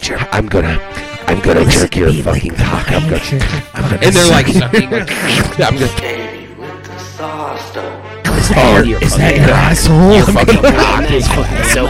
jerk. I'm gonna, I'm gonna Listen jerk to your me, like, fucking cock. I'm gonna, jerk your I'm gonna. And they're like suck sucking. it. I'm gonna. Is Oh, that your, your is that fucking your cock. asshole? Your fucking cock is fucking so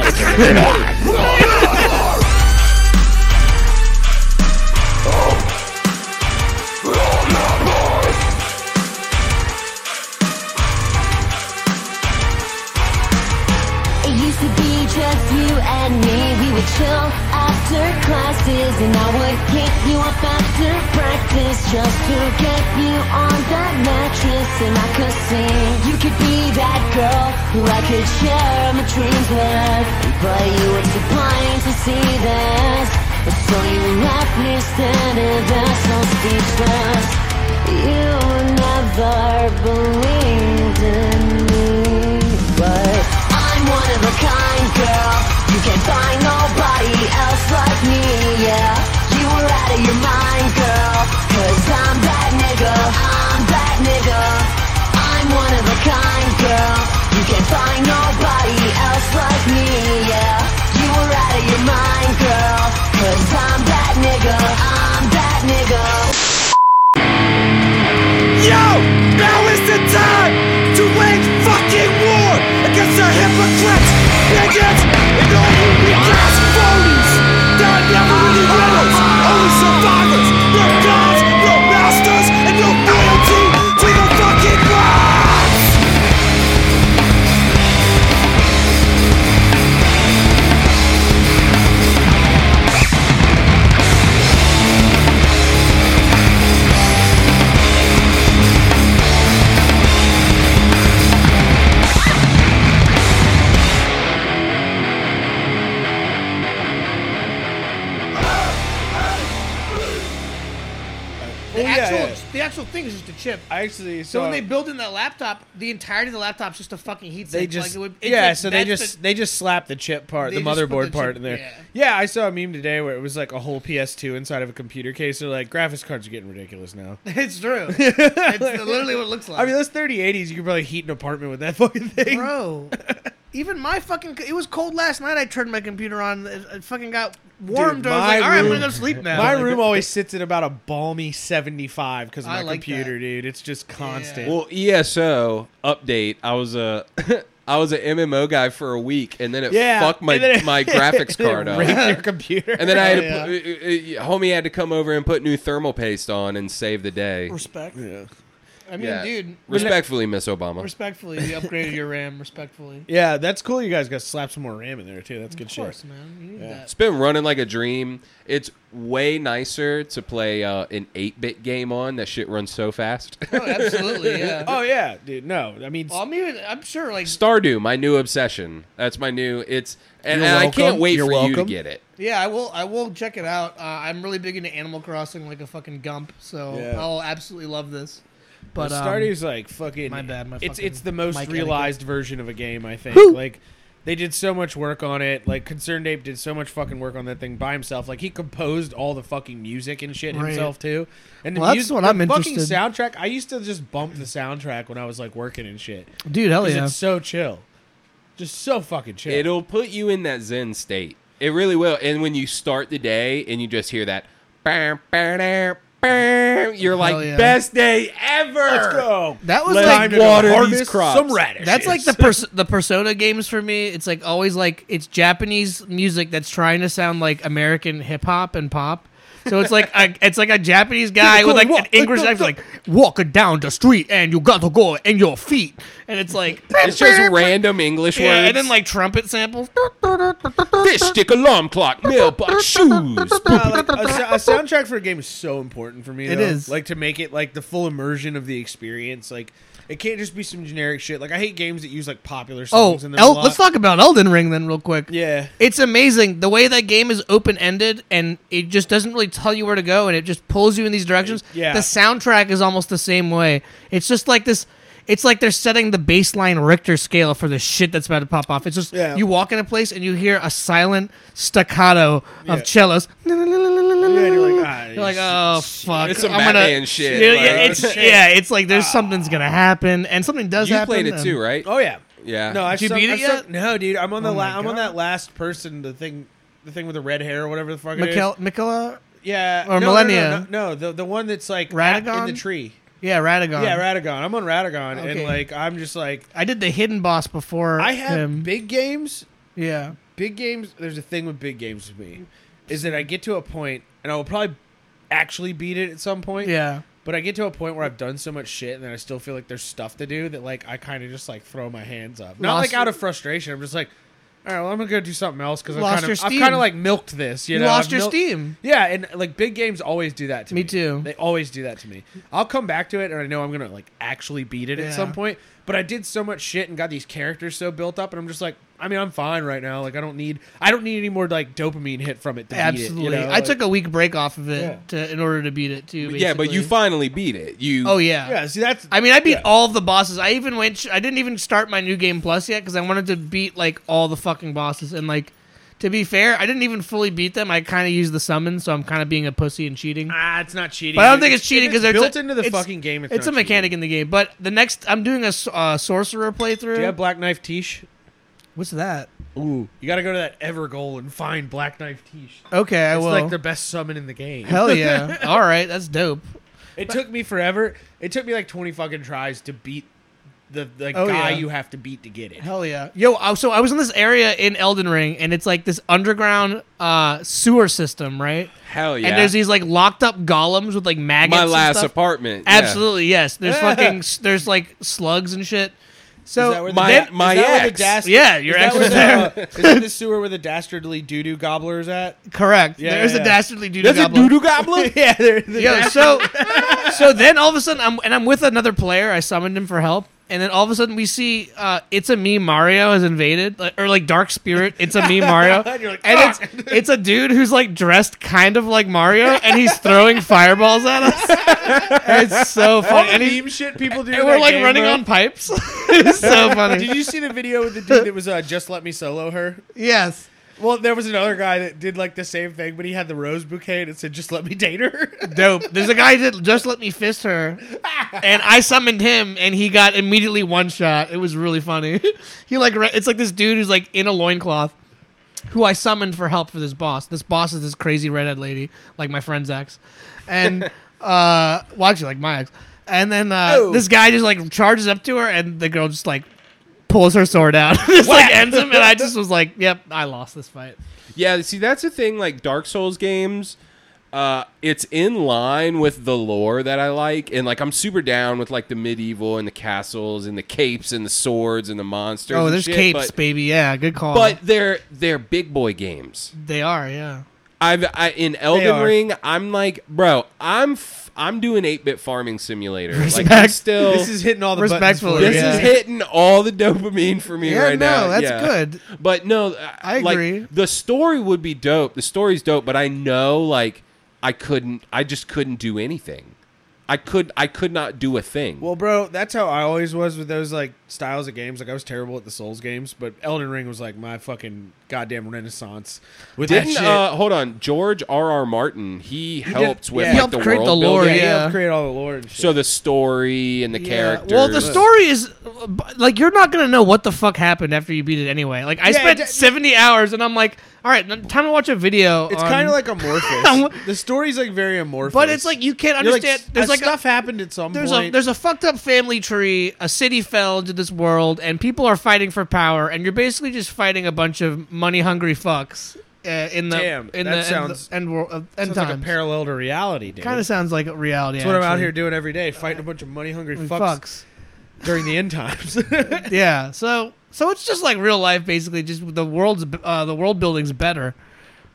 It used to be just you and me. We would chill after classes, and I would kick you up after practice just to get you on that mattress. And I could sing. You could be that girl who I could share my dreams with, but you were too blind to see this. So you left me standing there so speechless. You never believed in me, but. I'm one of a kind girl. You can find nobody else like me, yeah. You were out of your mind, girl. Cause I'm that nigga, I'm that nigga. I'm one of a kind girl. You can find nobody else like me, yeah. You were out of your mind, girl. Cause I'm that nigga, I'm that nigga. Yo, now is the time to wage fucking war against the hypocrites, bigots, and all who recast phonies. There are never any winners, only survivors. No gods, no masters, and no loyalty to the fucking gods. Oh, yeah, actual, yeah. The actual thing is just a chip. I actually So saw. when they build in that laptop, the entirety of the laptop's just a fucking heat they sink. just like it would, it's yeah, like, so they that's just the- they just slapped the chip part, They the just put motherboard the part chip- in there. yeah. Yeah. I saw a meme today where it was like a whole PS2 inside of a computer case. They're like, graphics cards are getting ridiculous now. it's true. it's literally what it looks like. I mean, those 3080s, you could probably heat an apartment with that fucking thing. bro. Even my fucking it was cold last night. I turned my computer on. It, it fucking got warmed. Dude, I was my like, all right, I'm room- gonna go sleep now. My Like, room always sits at about a balmy 75 because of my I like computer, that. dude. It's just constant. Well, ESO update. I was a I was an MMO guy for a week, and then it Yeah, fucked my and then it- my graphics card It up. raped your computer. And then I had to, Oh, put- uh, uh, uh, homie had to come over and put new thermal paste on and save the day. respect. I mean, Yeah. dude, respectfully, Miss Obama. respectfully, you upgraded your RAM. Respectfully, yeah, that's cool. You guys got to slap some more RAM in there too. That's good of shit. course, man. You need it's that. been running like a dream. It's way nicer to play uh, an eight-bit game on. That shit runs so fast. Oh, absolutely, yeah. Oh yeah, dude. No, I mean, Well, I'm even. I'm sure, like, Stardew, my new obsession. That's my new. It's and, You're and I welcome. can't wait You're for you to welcome. get it. yeah, I will. I will check it out. Uh, I'm really big into Animal Crossing, like a fucking Gump. So Yeah. I'll absolutely love this. But um, Stardew's like fucking. my bad, my it's fucking it's the most mic realized version of a game. I think. Like they did so much work on it. Like Concerned Ape did so much fucking work on that thing by himself. Like he composed all the fucking music and shit Right. himself too. And Well, the that's mus- what the I'm fucking interested- soundtrack. I used to just bump the soundtrack when I was like working and shit. dude, hell 'Cause It's so chill. Just so fucking chill. It'll put you in that zen state. It really will. And when you start the day and you just hear that, bam, bam, bam, you're like, yeah. best day ever. Let's go. That was Let like time to go water these harvest crops. Some radish. That's like the pers- the persona games for me. It's like always like it's Japanese music that's trying to sound like American hip hop and pop. So it's like a, it's like a Japanese guy with like an English accent, like walking down the street and you got to go in your feet, and it's like It's just random English yeah, words. and then like trumpet samples. fish stick, alarm clock, mailbox, shoes. Uh, like, a, sou- a soundtrack for a game is so important for me. It though. is. like to make it like the full immersion of the experience. Like it can't just be some generic shit. Like I hate games that use like popular Oh, songs. in their El- plot. let's talk about Elden Ring then, real quick. Yeah, It's amazing the way that game is open ended and it just doesn't really tell you where to go and it just pulls you in these directions. Yeah. The soundtrack is almost the same way. It's just like this it's like they're setting the baseline Richter scale for the shit that's about to pop off. It's just Yeah. you walk in a place and you hear a silent staccato Yeah. of cellos. Yeah, you're like, ah, You're like, oh fuck! It's some I'm gonna- Batman shit, Yeah, yeah, like- it's, yeah, it's like there's Ah. something's gonna happen, and something does You happen. played it and- too, right? oh yeah, Yeah. No, I Did you sunk- beat it I sunk- yet? Oh no, dude, I'm on the my la- I'm on God. that last person. The thing the thing with the red hair or whatever the fuck it is? Mikel, Mikela, Yeah. no, no, or no, Millennia. No, no, the the one that's like in the Radagon? tree. yeah, Radagon. Yeah, Radagon. I'm on Radagon, and Okay. like I'm just like I did the hidden boss before I have him. big games. yeah, Big games. There's a thing with big games with me, is that I get to a point, and I will probably actually beat it at some point. yeah. But I get to a point where I've done so much shit, and then I still feel like there's stuff to do that like I kind of just like throw my hands up, not Lost- like out of frustration. I'm just like, all right, well I'm gonna go do something else because Lost I've your kind of I've steam. kind of like milked this. You You know, lost I've your milked- steam. Yeah, and like big games always do that to me. Me too. They always do that to me. I'll come back to it, and I know I'm gonna like actually beat it Yeah. at some point. But I did so much shit and got these characters so built up, and I'm just like, I mean, I'm fine right now. Like I don't need I don't need any more like dopamine hit from it. To Absolutely. beat it, you know? I Like- took a week break off of it to, in order to beat it too. Yeah, but you basically. finally beat it. You Oh yeah. yeah. See, that's I mean, I beat Yeah. all of the bosses. I even went. I didn't even start my new game plus yet because I wanted to beat like all the fucking bosses. And like, to be fair, I didn't even fully beat them. I kind of used the summon, so I'm kind of being a pussy and cheating. Ah, it's not cheating. But I don't think If it's cheating if because it's built into the fucking game. It's, It's, a not cheating. mechanic in the game. But the next, I'm doing a s- uh, sorcerer playthrough. Do you have Black Knife Tish? What's that? Ooh, you got to go to that Evergoal and find Black Knife Tish. Okay, I It's will. like the best summon in the game. Hell yeah! all right, that's dope. It took me forever. It took me like twenty fucking tries to beat the the Oh, guy yeah. you have to beat to get it. Hell yeah. Yo, I- so I was in this area in Elden Ring, and it's like this underground uh, sewer system, right? hell Oh, yeah. And there's these like locked up golems with like maggots. my and last stuff. apartment. yeah. Absolutely, yes. There's fucking, s- there's like slugs and shit. So Is that where the- My- is that my where the ex. dast- e- Yeah, your is that ex where was there. the- is that the sewer where the dastardly doo doo gobbler is at? correct. Yeah, there's yeah. a dastardly dude. There's a doo doo goblin. yeah, there- the Yo, so so then all of a sudden I'm and I'm with another player. I summoned him for help, and then all of a sudden we see uh, it's a me Mario has invaded, like, or like Dark Spirit. It's a me Mario, and, you're like, it's it's a dude who's like dressed kind of like Mario, and he's throwing fireballs at us. And it's so funny, and, he- "Oh, meme shit people do. in and we're that like game, running bro. on pipes. it's so funny. Did you see the video with the dude that was uh, just let me solo her? yes. Well, there was another guy that did like the same thing, but he had the rose bouquet and it said, "Just let me date her." Dope. There's a guy that just let me fist her, and I summoned him, and he got immediately one shot. It was really funny. He like re- it's like this dude who's like in a loincloth, who I summoned for help for this boss. This boss is this crazy redhead lady, like my friend's ex, and uh, well, actually like my ex. And then uh, Oh. this guy just like charges up to her, and the girl just like pulls her sword out, just like ends him. And I just was like, "Yep, I lost this fight." Yeah, see, that's the thing. Like Dark Souls games, uh, it's in line with the lore that I like, and like I'm super down with like the medieval and the castles and the capes and the swords and the monsters. Oh, and there's shit, capes, but, baby. Yeah, good call. but they're they're big boy games. they are, yeah. I've I, in They Elden are. Ring, I'm like, bro, I'm f- I'm doing eight bit farming simulator. Like I'm Respect. still. this is hitting all the buttons for Respectfully, you. this yeah. is hitting all the dopamine for me Yeah, right no, now. that's Yeah. good. But no, uh, I like, agree. the story would be dope. The story's dope, but I know like I couldn't. I just couldn't do anything. I could. I could not do a thing. Well, bro, that's how I always was with those like styles of games. Like I was terrible at the Souls games, but Elden Ring was like my fucking goddamn renaissance. With that didn't shit. uh, hold on, George R. R. Martin? He, helped with yeah. like, He helped the create world the lore, building. yeah, yeah. you create all the lore and shit. So the story and the characters. Well, the story is uh, b- like you're not gonna know what the fuck happened after you beat it anyway. Like I Yeah, spent d- seventy hours, and I'm like, all right, n- time to watch a video. it's on- kind of like amorphous. the story's like very amorphous, um, but it's like you can't You're like, understand. s- there's uh, like a- stuff happened at some there's point. a there's a fucked up family tree. A city fell into this world, and people are fighting for power, and you're basically just fighting a bunch of money hungry fucks. Uh, in the Damn, in that the sounds- end, end, world, uh, end Sounds like a times. parallel to reality, dude. kind of sounds like reality. That's what I'm out actually. here doing every day, fighting a bunch of money hungry fucks, Fucks. during the end times. yeah so so it's just like real life basically just the world's uh, the world building's better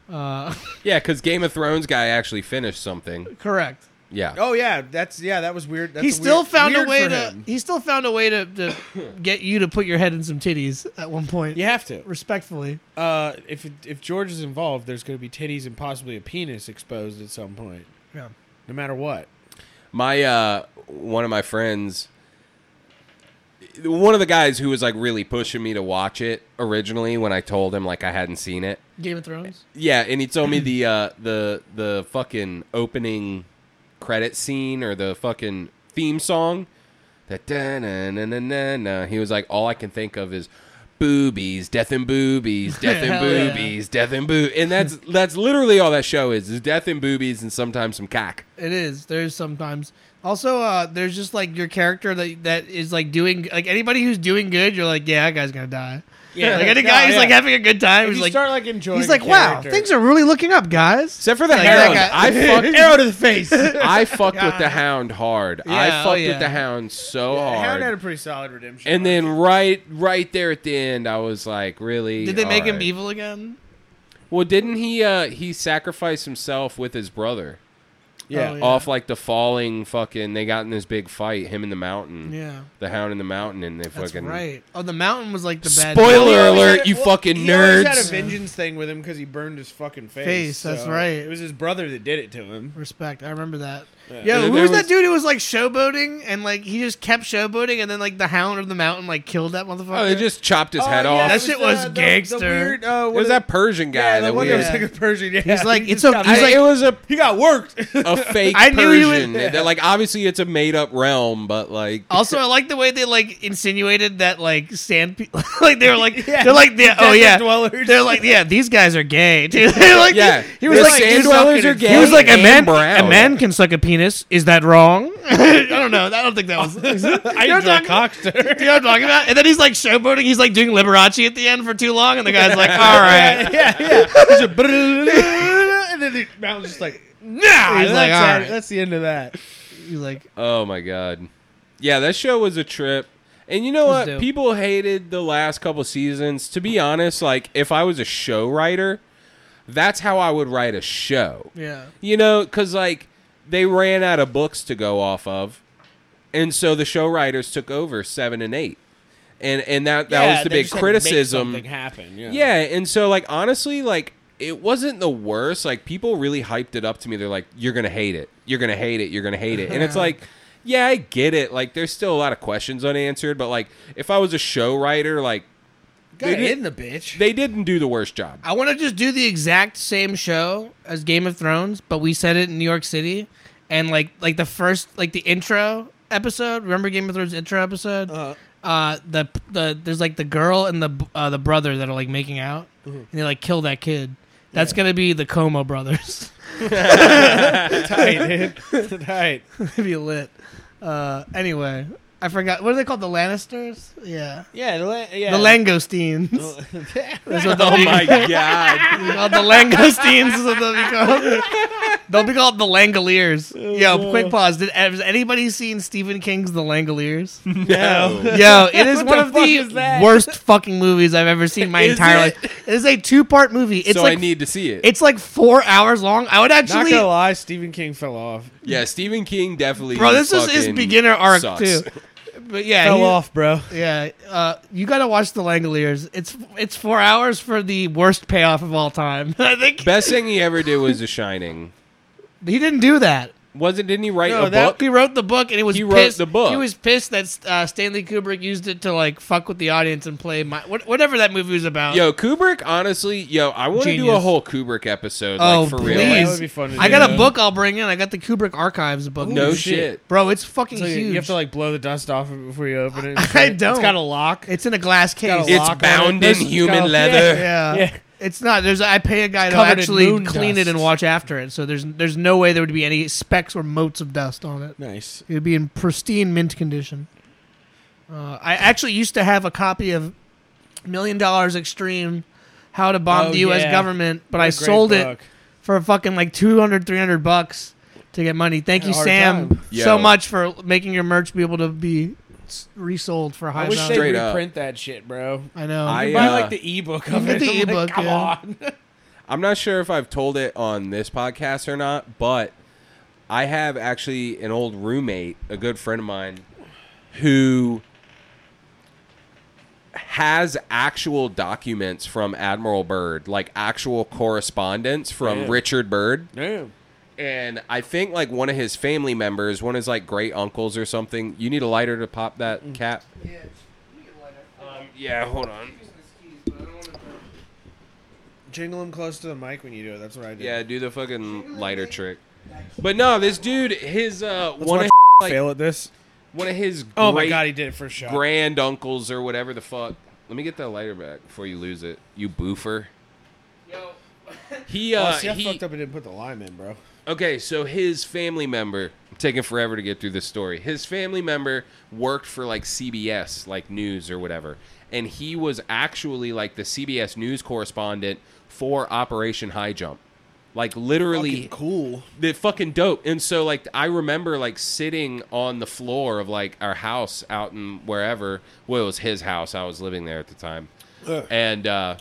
uh, yeah, because Game of Thrones guy actually finished something. correct Yeah. oh yeah, that's yeah, that was weird. That's he a still weird- found weird a way for to him. he still found a way to, to get you to put your head in some titties at one point You have to. respectfully Uh, if if George is involved, there's going to be titties and possibly a penis exposed at some point, yeah no matter what. my uh one of my friends one of the guys who was like really pushing me to watch it originally when I told him like I hadn't seen it. Game of Thrones Yeah, and he told me the uh the the fucking opening credit scene or the fucking theme song that da na na na na na he was like all I can think of is boobies, death and boobies, death and Hell yeah. boobies, death and boo, and that's that's literally all that show is: is death and boobies and sometimes some cock. It is. There's sometimes. Also, uh, there's just like your character that that is like doing like anybody who's doing good. You're like, yeah, that guy's gonna die. Yeah. like any No, guy who's yeah. like having a good time. If He's you like, start like enjoying. he's like, wow, things are really looking up, guys. Except for the Like, hound, that guy- I fucked. arrow to the face. I fucked with the hound hard. I Yeah, fucked oh with yeah. the hound so hard. Hound had a pretty solid redemption. and then right, right there at the end, I was like, really? Did they make him Alright. evil again? Well, didn't he? uh He sacrificed himself with his brother yeah. Oh, yeah. off like the falling fucking. They got in this big fight. Him in the mountain. Yeah. The hound in the mountain, and they That's fucking. right. Oh, the mountain was like the bad Spoiler guy. He always alert, had you fucking he always had nerds. a vengeance thing with him because he burned his fucking face. Face, that's so right. It was his brother that did it to him. Respect. I remember that. Yeah, And who then was there that was- dude who was like showboating and like he just kept showboating and then like the hound of the mountain like killed that motherfucker? Oh, they just chopped his head off. That it shit the- was the- gangster. The weird, uh, It what uh, was is- that Persian guy Yeah, the that one we. that was Yeah. like a Persian. Yeah. He's like, he it's just a- got- he's I- like- it was a he got worked. a fake I knew he Persian. was- That, like obviously it's a made up realm, but like Also, I like the way they like insinuated that like sand, pe- like they were like they're like yeah, oh Desert yeah, dwellers. they're like yeah, these guys are gay. Dude. They're like, Yeah. he was The like sand he's dwellers fucking- are gay He was like a and man, brown. a man can suck a penis. Is that wrong? I don't know. I don't think that was. I You know what enjoy I'm cockster. talking- you know what I'm talking about? And then he's like showboating. He's like doing Liberace at the end for too long, and the guy's like, all right. yeah, yeah. He's a and then the mountain's just like, nah. He's that's, like, it. all right. that's the end of that. He's like, Oh my god. Yeah, that show was a trip. And you know was what? dope. People hated the last couple seasons. To be honest, like if I was a show writer, that's how I would write a show. yeah, You know, cuz like they ran out of books to go off of. And so the show writers took over 7 and 8. And and that that was the big criticism. Something happen. Yeah. Yeah, and so like honestly, like it wasn't the worst. Like people really hyped it up to me. They're like, "You're gonna hate it. You're gonna hate it. You're gonna hate it." And Uh-huh. it's like, yeah, I get it. Like there's still a lot of questions unanswered, but like if I was a show writer, like Got They in the bitch. they didn't do the worst job. I want to just do the exact same show as Game of Thrones, but we set it in New York City, and like like the first like the intro episode. Remember Game of Thrones intro episode? uh the the there's like the girl and the uh, the brother that are like making out, and they like kill that kid. That's gonna be the Como brothers. tight, dude. tight. It'd be lit. Uh, anyway, I forgot what are they called? The Lannisters? Yeah, Yeah, the, la- yeah. the Langosteens. That's what they'll Oh be- my god! They'll be called the Langosteens is what they'll be called. They'll be called the Langoliers. Oh, Yo, quick pause. Did has anybody seen Stephen King's The Langoliers? No. Yo, it is one the of fuck the is that? worst fucking movies I've ever seen in my Is entire it? life. It is a two part movie. It's so like I need to see it. it's like four hours long. I would Not actually gonna lie, Stephen King fell off. yeah, Stephen King definitely. Bro, this is his fucking beginner arc sucks. too. But yeah, Fell he- off, bro. Yeah, uh, you got to watch The Langoliers. It's it's four hours for the worst payoff of all time. I think Best thing he ever did was The Shining. he didn't do that. Wasn't? Didn't he write No, a that- book? He wrote the book, and it was He pissed. wrote the book. He was pissed that uh, Stanley Kubrick used it to like fuck with the audience and play my what, whatever that movie was about. Yo, Kubrick. Honestly, yo, I want to do a Genius. whole Kubrick episode. oh like, for please! real. Like, Yeah, that would be fun to I do. got a book I'll bring in. I got the Kubrick Archives book. No shit. shit. bro, it's fucking So you, huge. you have to like blow the dust off of it before you open it. I don't. It's got a lock. it's in a glass got a case. lock It's on it. bound There's- in it's human got a- leather. yeah. Yeah. It's not. There's. I pay a guy to covered in actually moon clean it and dust. watch after it. So there's. There's no way there would be any specks or motes of dust on it. Nice. It'd be in pristine mint condition. Uh, I actually used to have a copy of Million Dollars Extreme, How to Bomb Oh, the U.S. yeah. Government, but I Great sold book. it for fucking like 200, 300 bucks to get money. Thank Had you, a hard Sam, time. Yo. so much for making your merch be able to be s- resold for high I wish value. they Straight up. reprint that shit, bro. I know. I- Buy Yeah. like the ebook of it. Get the I'm like, ebook, come yeah. on. I'm not sure if I've told it on this podcast or not, but I have actually an old roommate, a good friend of mine, who has actual documents from Admiral Byrd, like actual correspondence from Yeah. Richard Byrd. Damn. And I think like one of his family members, one of his like great uncles or something. You need a lighter to pop that cap. Um, yeah, hold on. Jingle him close to the mic when you do it. That's what I do. Yeah, do the fucking lighter trick. But no, this dude, his uh, one watch of like fail at this. one of his Oh great my god, he did it for sure. grand uncles or whatever the fuck Let me get that lighter back before you lose it, you boofer. He uh, oh, see, I he- fucked up and didn't put the lime in, bro. Okay, so his family member, I'm taking forever to get through this story. His family member worked for like CBS, like news or whatever. And he was actually like the CBS news correspondent for Operation High Jump. Like literally Fucking cool. the fucking dope. And so like I remember like sitting on the floor of like our house out in wherever. Well, it was his house. I was living there at the time, and uh,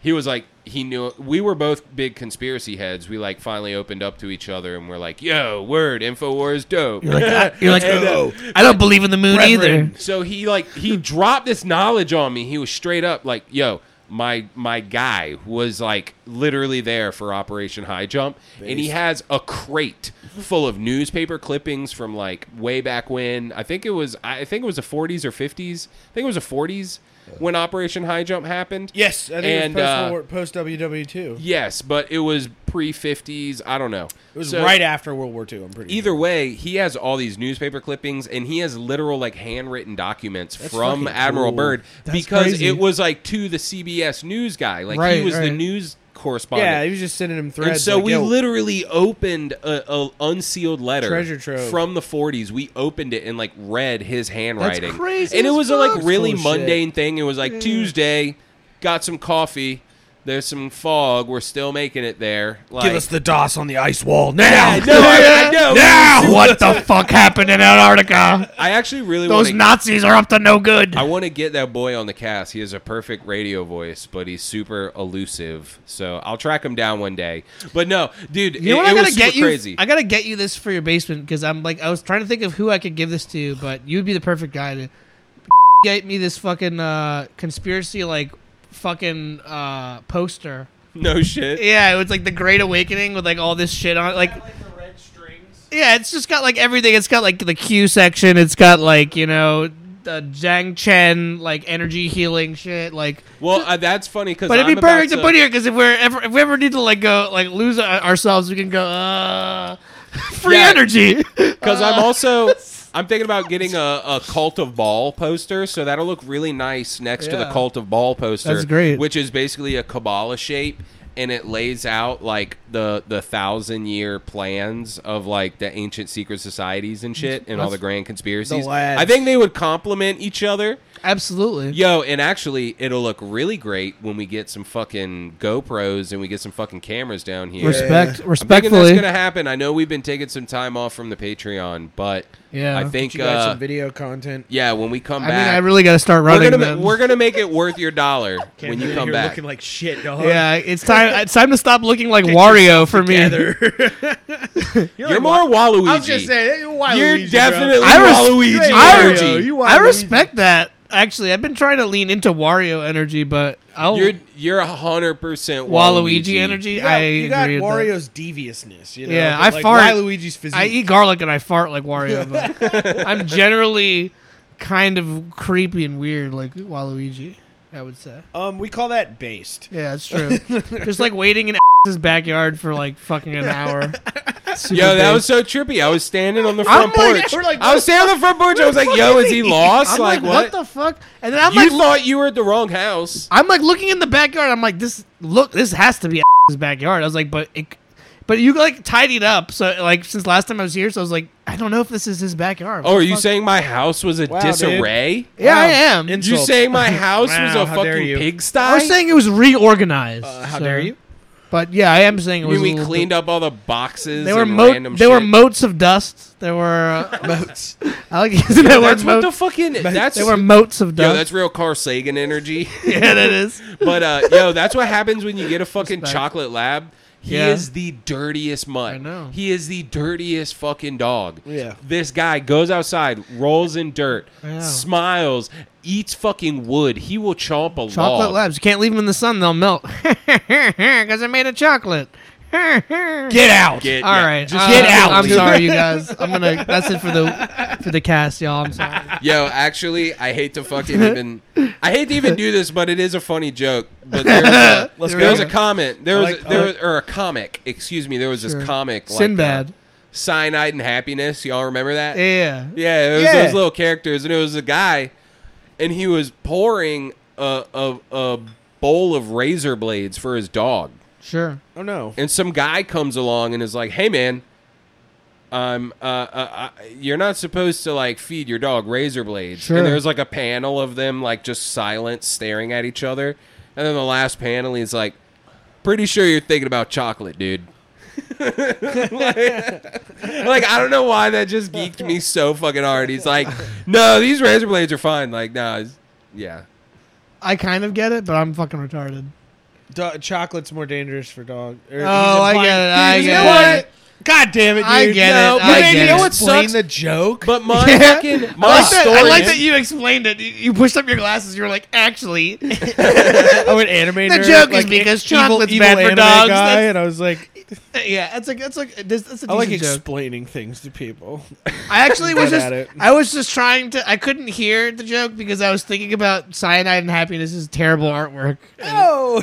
he was like he knew we were both big conspiracy heads. We like finally opened up to each other and we're like, "Yo, word, Infowars dope." You're like, "Oh, I, you're like, I don't believe in the moon either. So he like he dropped this knowledge on me. He was straight up like, "Yo, my my guy was like literally there for Operation High Jump, and he has a crate full of newspaper clippings from like way back when. I think it was I think it was the 40s or 50s. I think it was the 40s when Operation High Jump happened. Yes, I think And, it was uh, post, World War- post WW two. Yes, but it was pre 50s. I don't know. It was So- right after World War two. I'm pretty Either way, he has all these newspaper clippings and he has literal like handwritten documents from fucking Admiral cool. Byrd That's because crazy. it was like to the CBS news guy. Like he Right, was the right. news Sure. correspondent. Yeah, he was just sending him threads. and so like, we yo, literally opened a, a unsealed letter Treasure trove. from the 40s. We opened it and like read his handwriting. crazy And it as was a like fuck. really Cool shit. mundane thing. It was like Tuesday, got some coffee. There's some fog. We're still making it there. Like, Give us the DOS on the ice wall now. no, I, I know. Now, what the fuck happened in Antarctica? I actually really Those want to Nazis are up to no good. I want to get that boy on the cast. He has a perfect radio voice, but he's super elusive. So I'll track him down one day. But no, dude, You know it, what? it I was gotta super get you. crazy. I gotta get you this for your basement because I'm like I was trying to think of who I could give this to, but you'd be the perfect guy to get me this fucking uh, conspiracy like fucking uh, poster. no shit. Yeah, it was like the Great Awakening with like all this shit on it. Like, yeah, it's just got like everything. It's got like the Q section. It's got like you know the Zhang Chen like energy healing shit. Like, Well, uh, that's funny because but I'm it'd be about perfect to to- put here because if we're ever if we ever need to like go like lose our- ourselves, we can go uh, free Yeah. energy. because I'm Uh. also I'm thinking about getting a, a cult of ball poster, so that'll look really nice next to the Yeah. cult of ball poster. That's great. Which is basically a Kabbalah shape, and it lays out like the the thousand year plans of like the ancient secret societies and shit, and all the grand conspiracies. The lads. I think they would complement each other. Absolutely. Yo, and actually, it'll look really great when we get some fucking GoPros and we get some fucking cameras down here. Respect. I'm thinking that's Respectfully. gonna happen. I know we've been taking some time off from the Patreon, but Yeah. I think you got uh, some video content. yeah, when we come I mean, back, I really got to start we're running. gonna ma- them. we're gonna make it worth your dollar when you You're come back. looking like shit, dog. yeah, it's time. It's time to stop looking like Wario for me. You're, more Waluigi. I'm just saying, you're, wild You're Luigi, bro. definitely I res- Waluigi I- energy. You I Waluigi. respect that. Actually, I've been trying to lean into Wario energy, but I'll You're you're hundred percent Waluigi, energy. You got, I you got agree with that. Wario's deviousness. You know? Yeah, but I like, fart. Luigi's physique. I eat garlic and I fart like Wario, but I'm generally kind of creepy and weird like Waluigi. I would say. um, we call that based. Yeah, that's true. Just like waiting in his backyard for like fucking an hour. Super Yo, that big. was so trippy. I was standing on the I'm front like- porch. we're like, I was standing on the front porch. I was like, "Yo, is he lost? I'm like, what? the fuck? And then I'm you like, thought you were at the wrong house. I'm like looking in the backyard. I'm like, this look, this has to be his backyard. I was like, but it, but you like tidied up. So like since last time I was here, so I was like, I don't know if this is his backyard. Oh, What are the you fuck? saying my house was a Wow, dude. disarray? Yeah, I Wow. am. And- You Insult. saying my house was Wow, a how dare fucking you. Uh, pigsty? I was saying it was reorganized. how so- dare you? But yeah, I am saying it You was. mean we cleaned up all the boxes. They were and mo- random they shit? were motes of dust. There were. Uh, Moats. I like using that word. That's what Moat. the fucking. That's they were motes of Yo, dust. that's real Carl Sagan energy. yeah, that is. but uh, yo, that's what happens when you get a fucking Respect. chocolate lab. He Yeah. is the dirtiest mutt. I know. He is the dirtiest fucking dog. Yeah. This guy goes outside, rolls in dirt, Yeah. smiles, eats fucking wood. He will chomp a Chocolate log. labs. You can't leave them in the sun; they'll melt. Because I made of chocolate. Get out. Get, All yeah. right, uh, just get out. I'm sorry, you guys. I'm gonna. That's it for the for the cast, y'all. I'm sorry. Yo, actually, I hate to fucking even. I hate to even do this, but it is a funny joke. But there's a, Let's there was go. a comment. There was like- I there like- was, or a comic. Excuse me. There was this Sure. comic. Like, Sinbad. Eh, uh, cyanide and happiness. Y'all remember that? yeah. Yeah, it was Yeah. those little characters, and it was a guy, and he was pouring a, a, a bowl of razor blades for his dog. Sure. Oh no. And some guy comes along and is like, "Hey, man, um, uh, uh, uh, you're not supposed to like feed your dog razor blades." Sure. And there's like a panel of them like just silent, staring at each other. And then the last panel, he's like, "Pretty sure you're thinking about chocolate, dude." like, like, I don't know why that just geeked me so fucking hard. He's like, "No, these razor blades are fine." Like, nah, it's- yeah. I kind of get it, but I'm fucking retarded. Do- chocolate's more dangerous for dog. er, or he's Oh, I implying- get it. I He's get implying- it. God damn it, dude. I get no, it. but I then get you it. know what Explain sucks? the joke. But my Yeah. fucking my I like, story. that, I like that you explained it. You, you pushed up your glasses. You were like, actually, oh, an animator. The joke is like, because evil- chocolate's evil bad for anime guy, dogs. That's- and I was like, yeah. That's like that's like that's, that's a I like decent joke. explaining things to people. I actually was Good just at it. I was just trying to I couldn't hear the joke because I was thinking about cyanide and happiness is terrible artwork. Oh,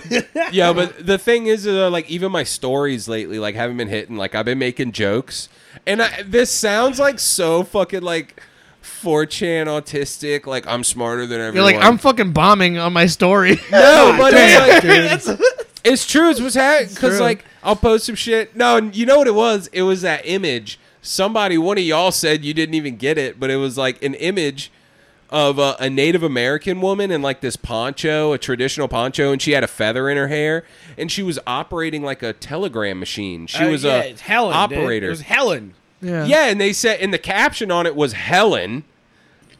yeah, but the thing is, uh, like even my stories lately, like haven't been hitting. Like I've been making jokes, and I, this sounds like so fucking like 4chan autistic. Like I'm smarter than You're everyone. like I'm fucking bombing on my story. no, but it's, like, That's- Oh, it's true. It's what's happening because true. like I'll post some shit. No, and you know what it was? It was that image. Somebody, one of y'all said you didn't even get it, but it was like an image of a, a Native American woman in like this poncho, a traditional poncho, and she had a feather in her hair, and she was operating like a telegram machine. She was Uh, yeah, a it's Helen, dude. operator. It was Helen. yeah. Yeah, and they said, and the caption on it was Helen,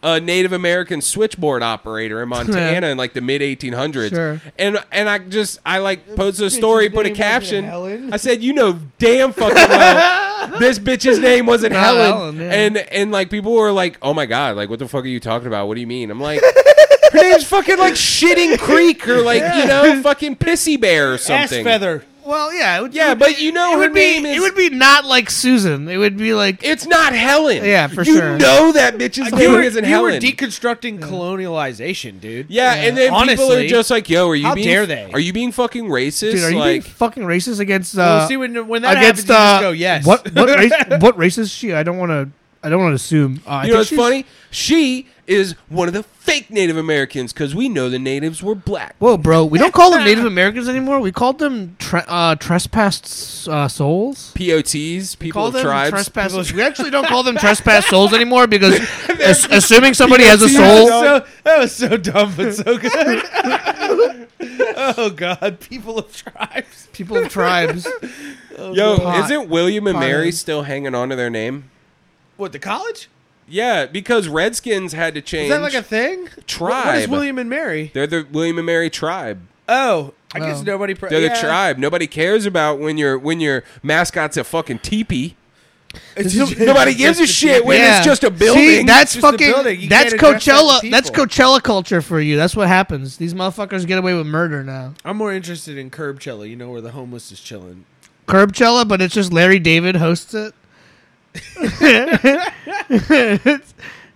a Native American switchboard operator in Montana in like the mid 1800s. Sure. And and I just I like posted a story, bitch's put a name wasn't caption. Helen. I said, you know, damn fucking well, this bitch's name wasn't Not Helen. Helen, yeah. And and like people were like, oh my god, like what the fuck are you talking about? What do you mean? I'm like. Her name's fucking like Shitting Creek or like you know fucking Pissy Bear or Ass something. feather. Well, yeah. It would, Yeah, but you know it her would be name is it would be not like Susan. It would be like it's not Helen. Yeah, for you sure. You know that You bitch's name were, isn't you were Helen. deconstructing colonialization, dude. yeah, and then people are Honestly. just like, "Yo, are you How being dare they? are you being fucking racist?" dude, are you like, being fucking racist against uh Well, see when when that happens, against you uh just go yes. what what race, what race is she? I don't want to I don't want to assume. Uh, I you know think what's she's- funny? She is one of the fake Native Americans because we know the natives were black. Whoa, bro! We don't call them Native Americans anymore. We called them tre- uh, trespassed uh, souls. POTs, people call of them tribes. trespass. We actually don't call them trespass souls anymore because as- assuming somebody has a soul, So, that was so dumb, but so good. oh God, people of tribes. people of tribes. Yo, Pot. isn't William and Pot Mary is- still hanging on to their name? What the college? Yeah, because Redskins had to change. Is that like a thing? Tribe. What is William and Mary? They're the William and Mary tribe. Oh, I Oh. guess nobody. Pre- They're yeah. the tribe. Nobody cares about when your when your mascot's a fucking teepee. It's This just- Nobody gives a shit when Yeah. it's just a building. See, that's just a fucking. building. You that's can't address that Coachella. to That's people. Coachella culture for you. That's what happens. These motherfuckers get away with murder now. I'm more interested in curb cello. You know where the homeless is chilling. Curbchella, but it's just Larry David hosts it. it's,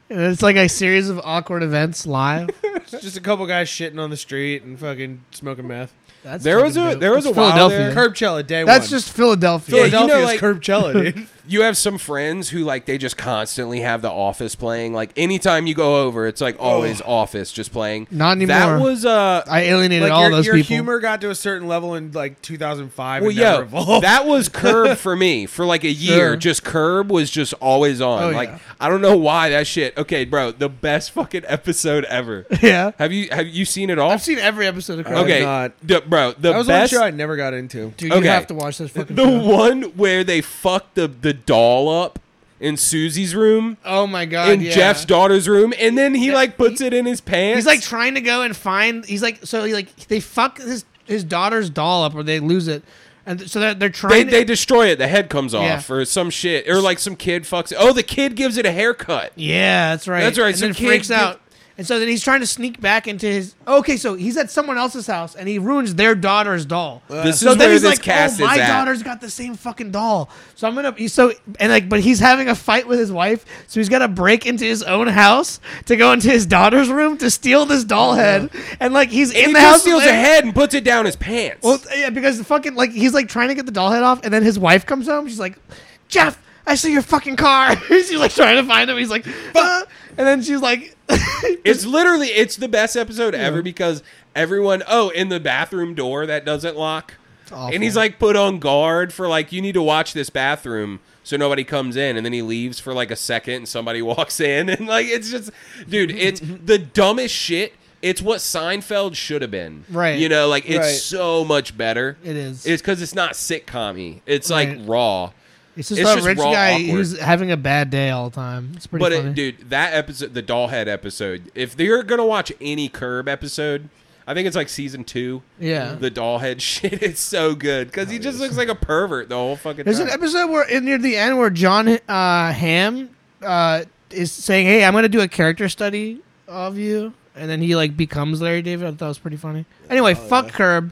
it's like a series of awkward events live. It's just a couple guys shitting on the street and fucking smoking meth. That's There was fucking a- dope. there was It's a while there- Philadelphia. Curb cello day one. that's just Philadelphia. Yeah, you know, Philadelphia's like- curb cello, dude. you have some friends who like they just constantly have the office playing like anytime you go over it's like always office just playing Not anymore. that was uh I alienated like all your, those your people. humor got to a certain level in like 2005. well and never yeah evolved. that was curb for me for like a year Sure. just curb was just always on Oh, like yeah. i don't know why that shit okay bro the best fucking episode ever Yeah, have you have you seen it all I've seen every episode of Curb. okay not. d- bro the That was best one show I never got into. Dude, Okay. you have to watch this fucking the show. one where they fucked the the doll up in susie's room Oh my god! in yeah. Jeff's daughter's room, and then he like puts it in his pants. He's like trying to go and find. He's like so. He like they fuck his his daughter's doll up, or they lose it, and so they're, they're They, trying. they to, destroy it. The head comes off, Yeah. or some shit, or like some kid fucks. It. Oh, the kid gives it a haircut. yeah, that's right. That's right, And some then kid freaks gives- out, and so then he's trying to sneak back into his. Okay, so he's at someone else's house, and he ruins their daughter's doll. This so is then where he's this like, cast "Oh, my is at. daughter's got the same fucking doll." So I'm gonna. He's so and like, but he's having a fight with his wife, so he's got to break into his own house to go into his daughter's room to steal this doll head, and like he's in he the just house. steals with a it. head and puts it down his pants. Well, yeah, because the fucking like he's like trying to get the doll head off, and then his wife comes home. She's like, "Jeff, I see your fucking car. she's like trying to find him. He's like, "Uh," and then she's like, It's literally it's the best episode ever because everyone oh in the bathroom door that doesn't lock. awful. And he's like put on guard for like you need to watch this bathroom so nobody comes in and then he leaves for like a second and somebody walks in and like it's just dude, it's the dumbest shit. It's what Seinfeld should have been. Right. You know, like it's Right. so much better. It is. It's cuz it's not sitcom-y. It's Right. like raw. it's just it's a just rich raw guy awkward. who's having a bad day all the time. It's pretty But funny. it, dude, that episode, the Dollhead episode, if they're gonna watch any Curb episode, I think it's like season two. Yeah. the Dollhead shit is so good because Oh, he just looks like a pervert the whole fucking There's time. an episode where in near the end where John uh, Ham uh, is saying, "Hey, I'm going to do a character study of you," and then he like becomes Larry David. I thought it was pretty funny. Anyway, Oh, fuck Curb.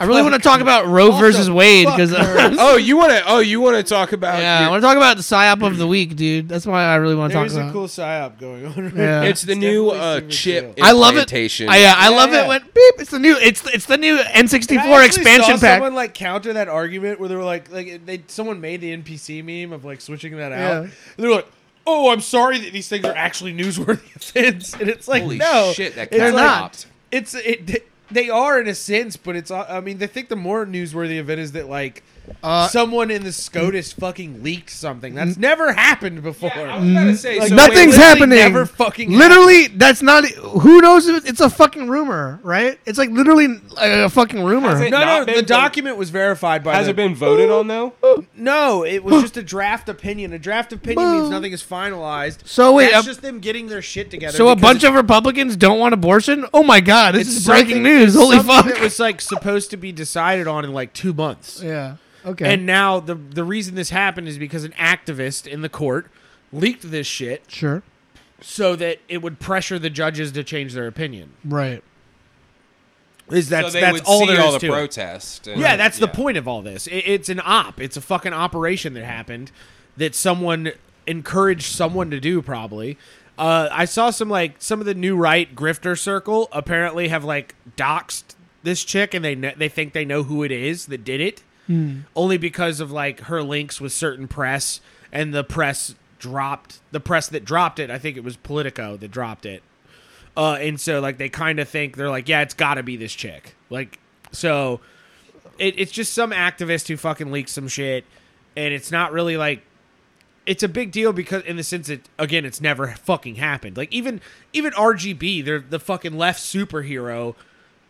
I really want to talk about Roe versus Wade because yeah, oh, you want to? Oh, you want to talk about? I want to talk about the psyop of the week, dude. That's why I really want to There talk is a about. cool psyop going on. Right Yeah. now. it's the It's new definitely uh, super chip. I love it. implantation. I, yeah, I Yeah, love yeah. it when beep. It's the new. It's it's the new I N64 actually expansion saw pack. Someone like counter that argument where they were like, like they someone made the NPC meme of like switching that out. Yeah. And they were like, "Oh, I'm sorry that these things are actually newsworthy offense," and it's like, Holy no, shit, that it's cat They're like, not. popped. It's it. They are in a sense, but it's. I mean, they think the more newsworthy event is that like Uh, someone in the SCOTUS fucking leaked something that's never happened before. gotta say, Like, so Nothing's it literally happening. Never fucking. Literally, that's not. e, Who knows? If it's a fucking rumor, right? It's like literally a, a fucking rumor. Has happened. it- No, Not no. been- The document was verified by. Has the, it been voted on though? Oh, No, it was just a draft opinion. A draft opinion Well- means nothing is finalized. So wait, that's a- just them getting their shit together. So a because bunch of Republicans don't want abortion? Oh my god, this it's is something- breaking news. it's Holy something fuck. That was like supposed to be decided on in like two months, yeah. Okay. and now the the reason this happened is because an activist in the court leaked this shit sure. so that it would pressure the judges to change their opinion. Right. Is that so they that's would all see there is all the to it. protest. and- Yeah, that's the point of all this. It, it's an op. It's a fucking operation that happened that someone encouraged someone to do. Probably. Uh, I saw some like some of the new right grifter circle apparently have like doxed this chick, and they kn- they think they know who it is that did it, only because of like her links with certain press, and the press dropped the press that dropped it. I think it was Politico that dropped it. Uh, and so like they kind of think they're like, yeah, it's got to be this chick. Like, so it, it's just some activist who fucking leaked some shit, and it's not really like it's a big deal because in the sense that again, it's never fucking happened. Like even even RGB, they're the fucking left superhero,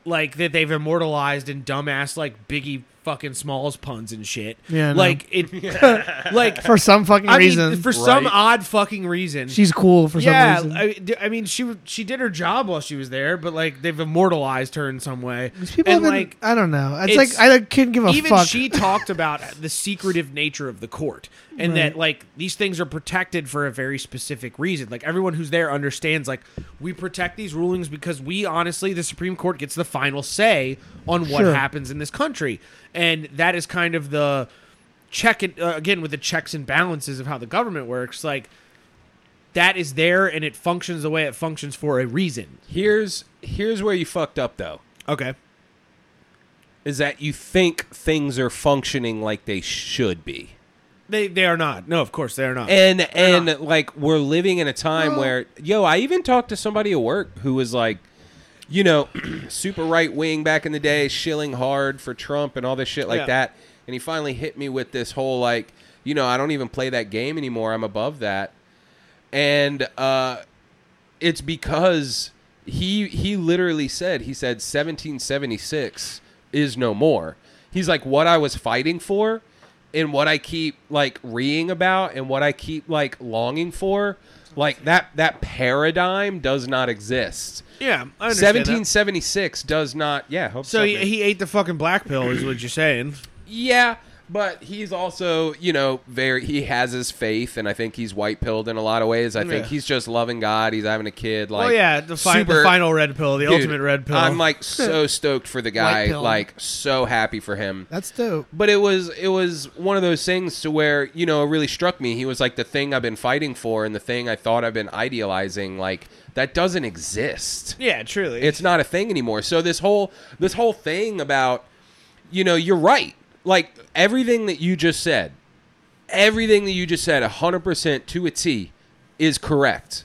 like that they've immortalized in dumbass like Biggie fucking Smalls puns and shit. Yeah, I know. like it, like For some fucking I reason. mean, for some Right. odd fucking reason, she's cool for some yeah, reason. I, d- I mean, she w- she did her job while she was there, but like they've immortalized her in some way. These people and have been- like I don't know. It's, it's- like I like, couldn't give a even fuck. she talked about the secretive nature of the court and that like these things are protected for a very specific reason. Like everyone who's there understands like we protect these rulings because we honestly the Supreme Court gets the final say on what Sure. happens in this country. And that is kind of the check and uh, again with the checks and balances of how the government works like that is there and it functions the way it functions for a reason. Here's here's where you fucked up though. Okay. Is that you think things are functioning like they should be? They they are not. No, of course they are not. and and like we're living in a time where yo i even talked to somebody at work who was like you know super right wing back in the day shilling hard for trump and all this shit like Yeah. that and he finally hit me with this whole like you know i don't even play that game anymore i'm above that and uh it's because he he literally said he said 1776 is no more. He's like what I was fighting for and what I keep like reading about and what I keep like longing for like that that paradigm does not exist. yeah, I understand that. 1776 does not yeah. hope So he, man. he ate the fucking black pill, is what you're saying. Yeah, but he's also, you know, very he has his faith and I think he's white pilled in a lot of ways. I Yeah. think he's just loving God. He's having a kid like oh yeah, the, fi- the super- final red pill, the Dude, ultimate red pill. I'm like so stoked for the guy, pill. like so happy for him. That's dope. But it was it was one of those things to where you know it really struck me. He was like the thing I've been fighting for and the thing I thought I've been idealizing, like that doesn't exist. yeah, truly. It's not a thing anymore. So this whole this whole thing about you know, you're right. Like everything that you just said, everything that you just said 100% to a T is correct.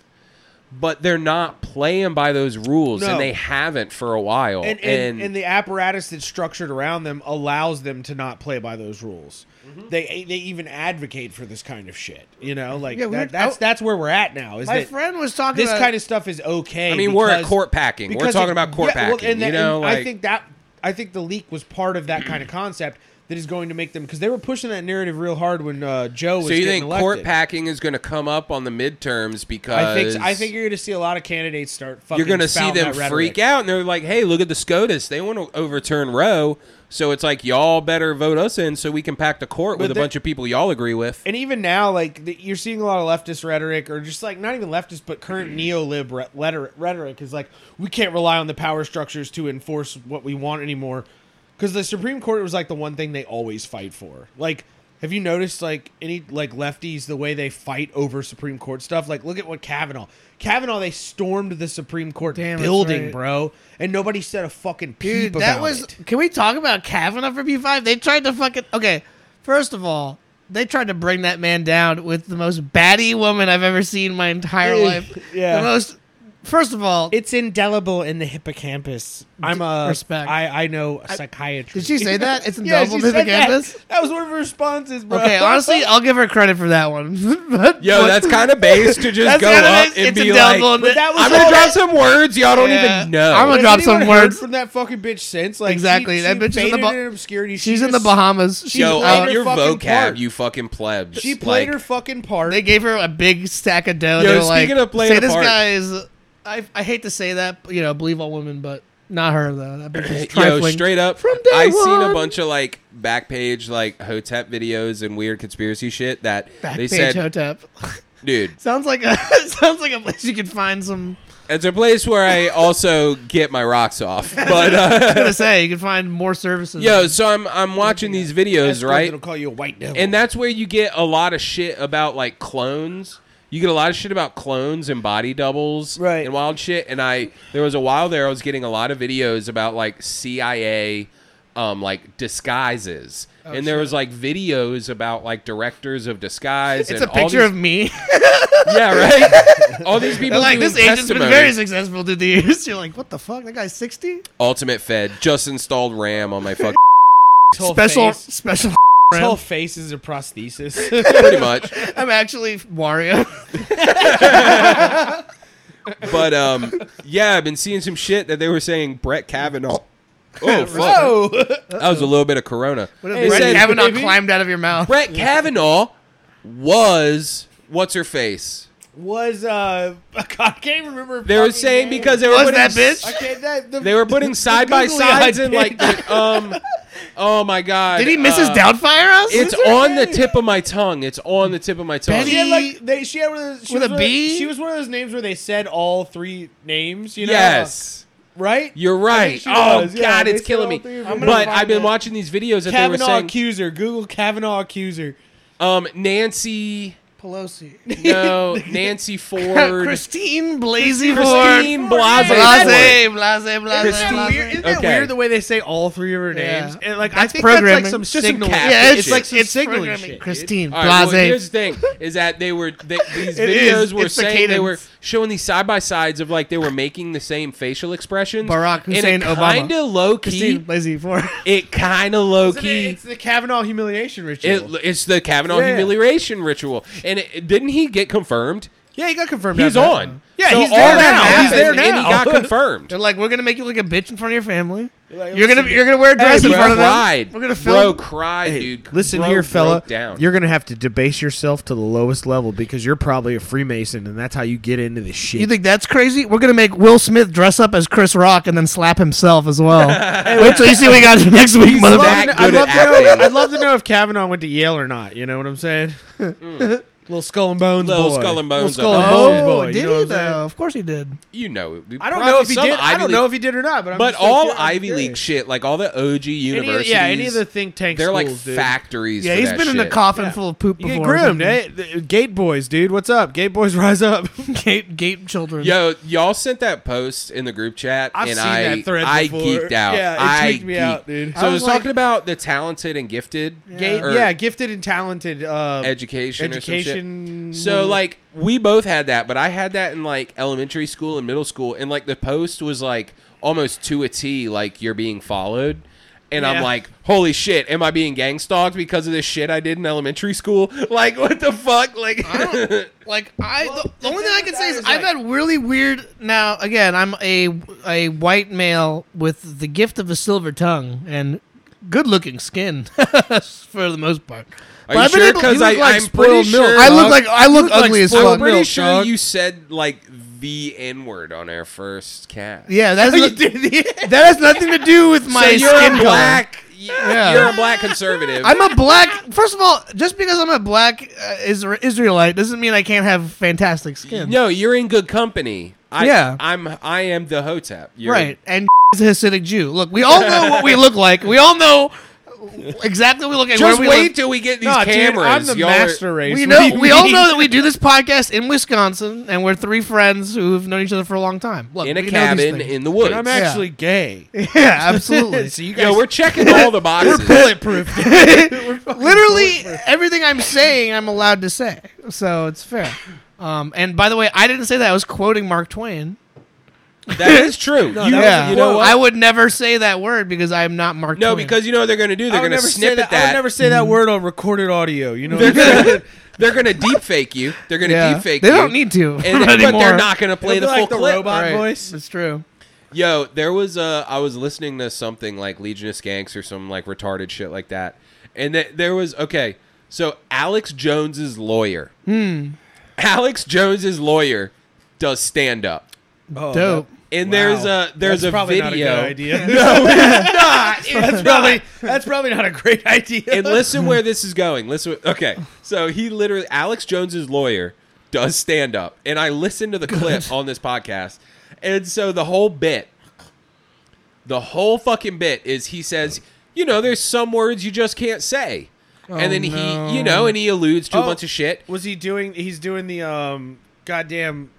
But they're not playing by those rules, No. and they haven't for a while. and, and, and the apparatus that's structured around them allows them to not play by those rules. Mm-hmm. They eh, they even advocate for this kind of shit. You know, like Yeah, we that- were- that's I- that's where we're at now. Is My that friend was talking this about kind of stuff is okay? I mean, we're at because- court packing. We're because talking it- about court yeah, well, packing. and you that- know, and like, I think that I think the leak was part of that kind of concept that is going to make them because they were pushing that narrative real hard when uh, Joe was. so you getting think elected. court packing is going to come up on the midterms because I think I think you're going to see a lot of candidates start. Fucking you're going to see spouting them that rhetoric. freak out and they're like, "Hey, look at the SCOTUS. They want to overturn Roe." So it's like y'all better vote us in so we can pack the court with a they- bunch of people y'all agree with. and even now, like the, you're seeing a lot of leftist rhetoric, or just like not even leftist, but current Mm. neolib re- letter- rhetoric is like we can't rely on the power structures to enforce what we want anymore, because the Supreme Court was like the one thing they always fight for. Like, have you noticed like any like lefties the way they fight over Supreme Court stuff? Like, look at what Kavanaugh, Kavanaugh, they stormed the Supreme Court Damn, that's building, right. bro, and nobody said a fucking peep Dude, that about was. it. Can we talk about Kavanaugh for B five? They tried to fucking. Okay, first of all, they tried to bring that man down with the most batty woman I've ever seen in my entire Ugh, life. yeah. The most. First of all, It's indelible in the hippocampus. I'm a Respect. I, I know a psychiatrist. did she say that? It's Yeah, indelible she said hippocampus? That. that was one of her responses, bro. Okay, honestly, I'll give her credit for that one. but, Yo, that's kind of base to just That's go kinda up base. and It's be like, indelible and but that was I'm gonna all drop that- some words y'all don't Yeah. even know. Has I'm gonna drop anyone some heard words. from that fucking bitch since. Like Exactly, she, that she bitch is in the faded Ba- in obscurity. She she's in the just- Bahamas. She's Yo, played up out. her your fucking vocab, part. you fucking plebs. She played Like, her fucking part. They gave her a big stack of dough. Yo, they were speaking like, of playing say a this part- guy is. I, I hate to say that, you know, believe all women, but not her though. That bitch is Yo, trifling. straight up, From day I seen a one. bunch of like back page like Hotep videos and weird conspiracy shit that Back they page said, Hotep. dude, sounds like a sounds like a place you could find some. it's a place where I also get my rocks off. But I was uh, gonna say you could find more services. yo, so I'm I'm watching these That's videos, the right? That'll call you a white devil. And that's where you get a lot of shit about like clones. You get a lot of shit about clones and body doubles Right. and wild shit. And I there was a while there I was getting a lot of videos about like CIA um like disguises. Oh, and there was like videos about like directors of disguise. it's a and all picture these- of me. Yeah, right. all these people like doing this agent's been testimony. very successful through the years. You're like, what the fuck? That guy's sixty. Ultimate Fed just installed RAM on my fucking His whole Special face, special. his whole friend. face is a prosthesis. pretty much. I'm actually Wario. But um yeah, I've been seeing some shit that they were saying Brett Kavanaugh. Oh fuck. Whoa! That was a little bit of Corona. Brett said, Kavanaugh baby. climbed out of your mouth. Brett Kavanaugh was what's her face? was uh, God, I can't remember. her They were fucking saying name. because they were Was putting that bitch? I can't. That, the, They were putting side by googly eyed sides and like the- um. Oh my god! Did he miss his uh, downfire us? It's on the tip of my tongue. It's on the tip of my tongue. Betty- She had like they, she had one of those, she With was a one of- B? She was one of those names where they said all three names. You know? yes. right. You're right. she Oh was. Yeah, God, they it's said killing all me. three of them. But find I've been it. watching these videos that they were Kavanaugh saying. accuser. Google Kavanaugh accuser. Um, Nancy, Pelosi. no, Nancy Ford, Christine Blasey Ford. Christine Blasey, Ford. Blase, blase, blase. Isn't that blase. weird? Isn't that Okay. weird the way they say all three of her Yeah. names? And like I That's think that's like programming. some Just signaling. cat Yeah, It's it's shit. like it's signaling signaling shit, dude. Christine All right, well, Blase. here's the thing: is that they were they, these videos is. were It's the saying they cadence. were showing these side by sides of like they were making the same facial expressions. Barack Hussein and Obama. kind of low Christine key. Blasey Ford. It kind of low It's the- key. It's the Kavanaugh humiliation ritual. It, it's the Kavanaugh Yeah. humiliation ritual, and it, didn't he get confirmed? yeah, he got confirmed. He's on that. on. Yeah, So he's there all that now. happened, He's there and now. he got confirmed. They're like, we're gonna make you look a bitch in front of your family. like, you're gonna listen- you're gonna wear a dress Bro in front of cried. them. We're gonna Bro film. cried, dude. Listen Bro here, broke fella. Down. You're gonna have to debase yourself to the lowest level because you're probably a Freemason, and that's how you get into this shit. you think that's crazy? We're gonna make Will Smith dress up as Chris Rock and then slap himself as well. Wait till you see what we got next week, that motherfucker. good I'd, love at to know, acting. I'd love to know if Kavanaugh went to Yale or not. You know what I'm saying? Little Skull and Bones Mm. Little boy. Skull and Bones. Skull up and there. Oh, Bones boy. you Did know what he I'm saying? though? Of course he did. You know, dude, I don't probably know if he some did. I Ivy don't know League- if he did or not, but I'm But just so all curious. Ivy League shit, like all the OG Any of the- universities, yeah, any of the think tank they're like schools, dude. factories. Yeah, for he's that been in a shit. coffin full of poop You get before. groomed, eh? The- Gate boys, dude. What's up? Gate boys, rise up. Gate, gate children. Yo, y'all sent that post in the group chat, I've and seen I that thread I before. geeked out. Yeah, it I tweaked me geeked- out, dude. So I I was was, like- talking about the talented and gifted, Gate, or yeah, gifted and talented. Uh, education, or some shit. education. So like we both had that, but I had that in like elementary school and middle school, and like the post was like almost to a T, like you're being followed. And Yeah. I'm like, holy shit, am I being gang stalked because of this shit I did in elementary school? Like, what the fuck? Like, eh? Like I, the, the the only thing thing I with can that say is is, I've like- had really weird. Now again, I'm a a white male with the gift of a silver tongue and good looking skin for the most part. But are you I've been sure? able- Because you look like I'm pretty spoiled milk, sure. I look dog. like I look like ugly as spoiled fuck. I'm pretty milk, sure dog. you said like the N word on our first cast. Yeah, that's You not- did the- that has nothing to do with so my you're skin a color. black. Yeah. You're a black conservative. I'm a black. First of all, just because I'm a black uh, Isra- Israelite doesn't mean I can't have fantastic skin. no, you're in good company. I, Yeah. I'm. I am the Hotep. You're, Right. And is a Hasidic Jew. Look, we all know what we look like. We all know exactly what we look like. Just where we wait look. till we get these Nah, dude, cameras. I'm the Y'all are- master race. We What know. do you We all mean? know that we do this podcast in Wisconsin, and we're three friends who've known each other for a long time. Look, in a we know these cabin things. in the woods. I'm actually gay. yeah, absolutely. so you guys Yo, we're checking all the boxes. bulletproof. Literally everything I'm saying, I'm allowed to say, so it's fair. Um, and by the way, I didn't say that. I was quoting Mark Twain. that is true. you, that was yeah, you know what? I would never say that word because I am not Mark. no, Twain. because you know what they're going to do. They're I would going to never say snip that. at I would that. never say that word on recorded audio. You know, what They're I'm saying? gonna- they're going to deep fake you. They're going to yeah. deep fake they you. don't need to. And, but anymore. they're not going to play It'll the be full like the clip. robot voice. It's true. Yo, there was uh, I was listening to something like Legion of Skanks or some like retarded shit like that, and th- there was okay. So Alex Jones's lawyer, Hmm. Alex Jones's lawyer, does stand up, Oh, Dope. and that- there's wow. a there's That's a probably video. Not a good idea. no, it's not. That's probably that's probably not a great idea. and listen where this is going. Listen. Okay, so he literally Alex Jones's lawyer does stand up, and I listened to the clip on this podcast, and so the whole bit, the whole fucking bit is he says, you know, there's some words you just can't say, and then Oh, no. he, you know, and he alludes to Oh. a bunch of shit. was he doing? He's doing the um, goddamn.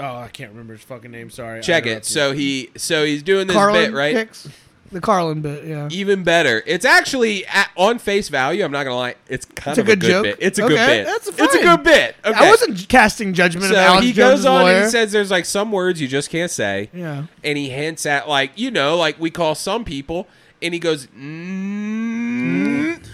Oh, I can't remember his fucking name. Sorry. I Check it. interrupted So he, so he's doing this Carlin bit right. kicks? The Carlin bit, yeah. Even better. It's actually at, on face value. I'm not gonna lie. It's kind a of good a good joke. bit. It's a Okay, good bit. that's It's a fine. good bit. Okay. I wasn't casting judgment So of Alex he Jones' goes on lawyer. and he says there's like some words you just can't say. Yeah. And he hints at like, you know, like we call some people and he goes mm,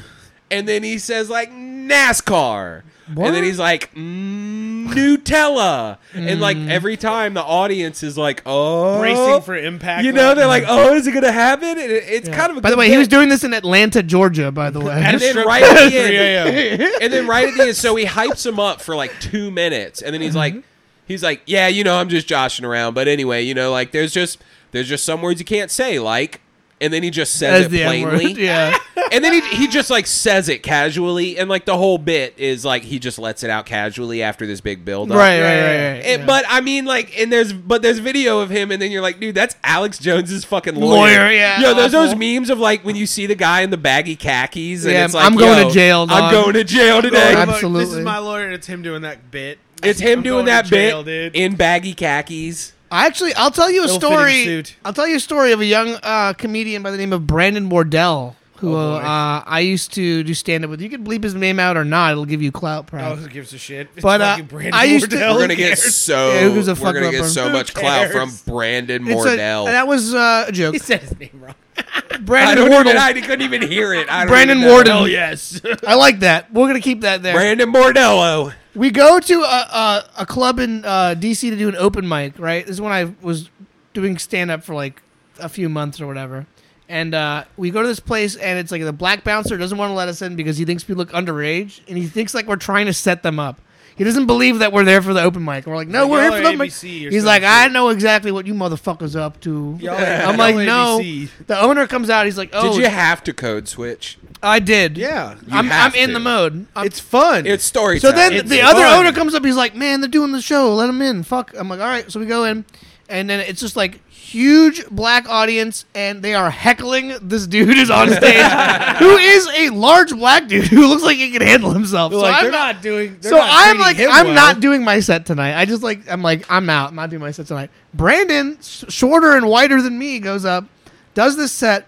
and then he says like NASCAR. What? And then he's like mm, Nutella. and like Mm. every time the audience is like, "Oh." Bracing for impact. You know, on- they're like, "Oh, is it going to happen?" And it- it's Yeah. kind of a By the good way, he bit. was doing this in Atlanta, Georgia, by the and way. then strip right club at at the 3 end, a.m.. and then right at the end, so he hypes him up for like two minutes, and then he's Mm-hmm. like, he's like, yeah, you know, I'm just joshing around, but anyway, you know, like there's just there's just some words you can't say, like, and then he just says As it the N-word, plainly, Yeah. and then he he just like says it casually, and like the whole bit is like he just lets it out casually after this big build up, right, right, right, right. And, yeah. But I mean, like, and there's but there's video of him, and then you're like, dude, that's Alex Jones's fucking lawyer. Lawyer, yeah, Yo, there's awful. those memes of like when you see the guy in the baggy khakis, and Yeah, it's like, I'm going yo, to jail, dog. I'm going to jail today. I'm like, This Absolutely. is my lawyer, and it's him doing that bit. it's him I'm doing going to that jail, bit dude. in baggy khakis. I actually, I'll tell you a Little fitting story. suit. I'll tell you a story of a young uh, comedian by the name of Brandon Wardell, who Oh, boy. uh, I used to do stand up with. You can bleep his name out or not; it'll give you clout. Oh, Probably. who gives a shit? It's But, uh, fucking Brandon I used to- Wardell. We're Who gonna get so Yeah, who's a we're fuck gonna get leper? so Who much cares? clout from Brandon It's a- Mordell. that was uh, a joke. He said his name wrong. I Brandon don't even. Wardell. I couldn't even hear it. I don't Brandon even know. Warden. Hell yes. I like that. We're gonna keep that there. Brandon Mordello. We go to a, a, a club in uh, DC to do an open mic, right? This is when I was doing stand up for like a few months or whatever. And uh, we go to this place, and it's like the black bouncer doesn't want to let us in because he thinks we look underage, and he thinks like we're trying to set them up. He doesn't believe that we're there for the open mic. We're like, no, Like, we're y'all here for are the open mic. ABC or He's some like, shit. I know exactly what you motherfuckers up to. Y'all are- I'm y'all like, are no. ABC. The owner comes out. He's like, oh, Did you have to code switch? I did. Yeah. You I'm, I'm have in to. the mode. I'm- It's fun. It's story. so then time. the it's other fun. owner comes up. He's like, "Man, they're doing the show. Let them in." Fuck. I'm like, "All right." So we go in, and then it's just like huge black audience, and they are heckling this dude is on stage, who is a large black dude who looks like he can handle himself. So like, I'm they're not- not doing. they're so not I'm treating like, him I'm well. not doing my set tonight. I just like, I'm like, I'm out. I'm not doing my set tonight. Brandon, s- shorter and whiter than me, goes up, does this set.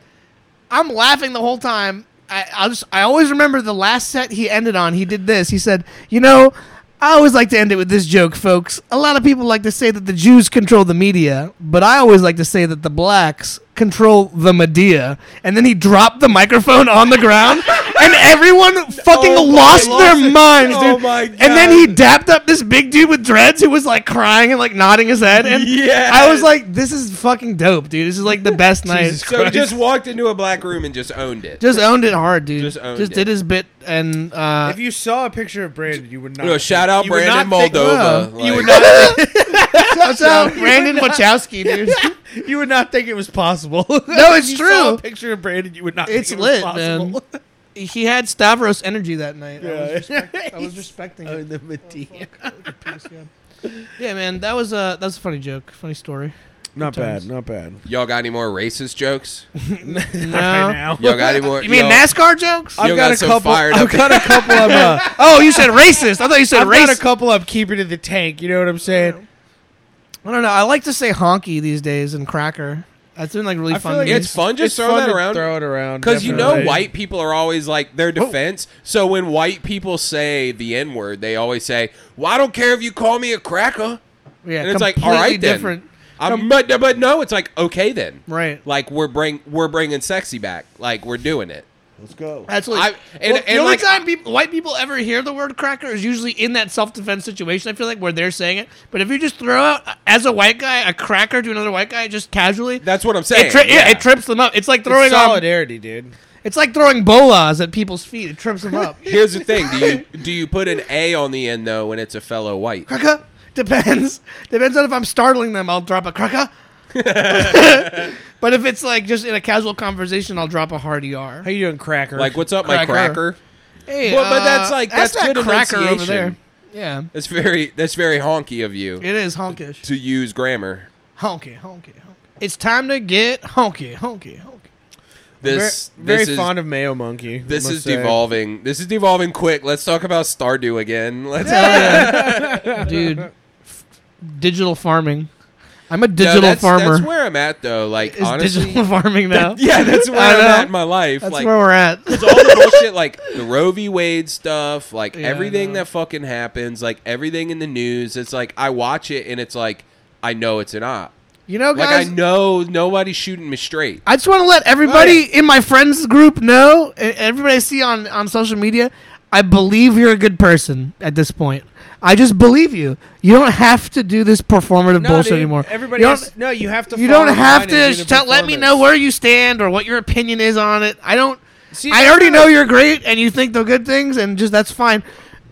I'm laughing the whole time. I, I just, I always remember the last set he ended on. He did this. He said, you know. I always like to end it with this joke, folks. A lot of people like to say that the Jews control the media, but I always like to say that the blacks control the media. And then he dropped the microphone on the ground, and everyone fucking Oh my- lost their lost it. minds, dude. Oh my And then God. he dapped up this big dude with dreads who was like crying and like nodding his head. And Yes. I was like, this is fucking dope, dude. This is like the best night. So he just walked into a black room and just owned it. Just owned it hard, dude. Just Just, owned it. did his bit and uh If you saw a picture of Brandon, you would not. no, shout out you would Brandon not think- Moldova. you would Like- not. shouts out Brandon Wachowski, dude. You would not think it was possible. No, it's you Saw true. a picture of Brandon, you would not. It's think lit, it was possible. man. He had Stavros energy that night. I was just- I was respecting Oh, it. the Medea. Yeah, man, that was a that was a funny joke, funny story. Not times. bad. Not bad. Y'all got any more racist jokes? No. Right now. Y'all got any more? You mean y'all- NASCAR jokes? Yo I've got, got a so couple. fired I've up. got a couple of. Uh, oh, you said racist. I thought you said I've racist. got a couple of keeping in the tank. You know what I'm saying? I don't know. I like to say honky these days and cracker. That's been like really I feel fun. like to me. It's fun. Just throw fun that to around. Throw it around. Because you know, definitely. Oh. white people are always like their defense. So when white people say the N word, they always say, "Well, I don't care if you call me a cracker." yeah, And it's like, all completely right, then. different. I'm, but but no, it's like okay then, Right. Like we're bring we're bringing sexy back. Like we're doing it. Let's go. That's I- like and- Well, and, the only like- time peop white people ever hear the word cracker is usually in that self defense situation. I feel like where they're saying it, but if you just throw out uh, as a white guy a cracker to another white guy just casually, That's what I'm saying. it tri- yeah. it trips them up. It's like throwing It's it's, solidarity, dude. it's like throwing bolas at people's feet. It trips them up. Here's the thing: do you do you put an A on the end though when it's a fellow white? Cracker depends. Depends on if I'm startling them. I'll drop a cracker. but if it's like just in a casual conversation, I'll drop a hard ER. How you doing, Cracker? Like what's up, my Cracker. cracker? Hey, uh, Well, but that's like- that's that good cracker over there. enunciation. Yeah, That's very that's very honky of you it is honkish. to use grammar. Honky, honky, honky. It's time to get honky, honky, honky. This very this is, fond of Mayo Monkey. I This must is say. devolving. This is devolving quick. Let's talk about Stardew again. Let's Dude, f- digital farming. I'm a No, digital that's, farmer. That's where I'm at though. Like Is honestly, digital farming now? yeah, that's where I I'm know. at in my life. That's like where we're at. all the bullshit, like the Roe v. Wade stuff, like Yeah, I everything know. that fucking happens, like everything in the news. It's like I watch it and it's like I know it's an op. You know, Like guys. I know nobody's shooting me straight. I just want to let everybody in my friends group know, e- everybody I see on, on social media, I believe you're a good person at this point. I just believe you. You don't have to do this performative No, bullshit dude, anymore. Everybody. you has, don't, no, you have to. you fall don't in have line and do the to tell, let me performance. know where you stand or what your opinion is on it. I don't. See, I already no. know you're great and you think the good things, and just that's fine.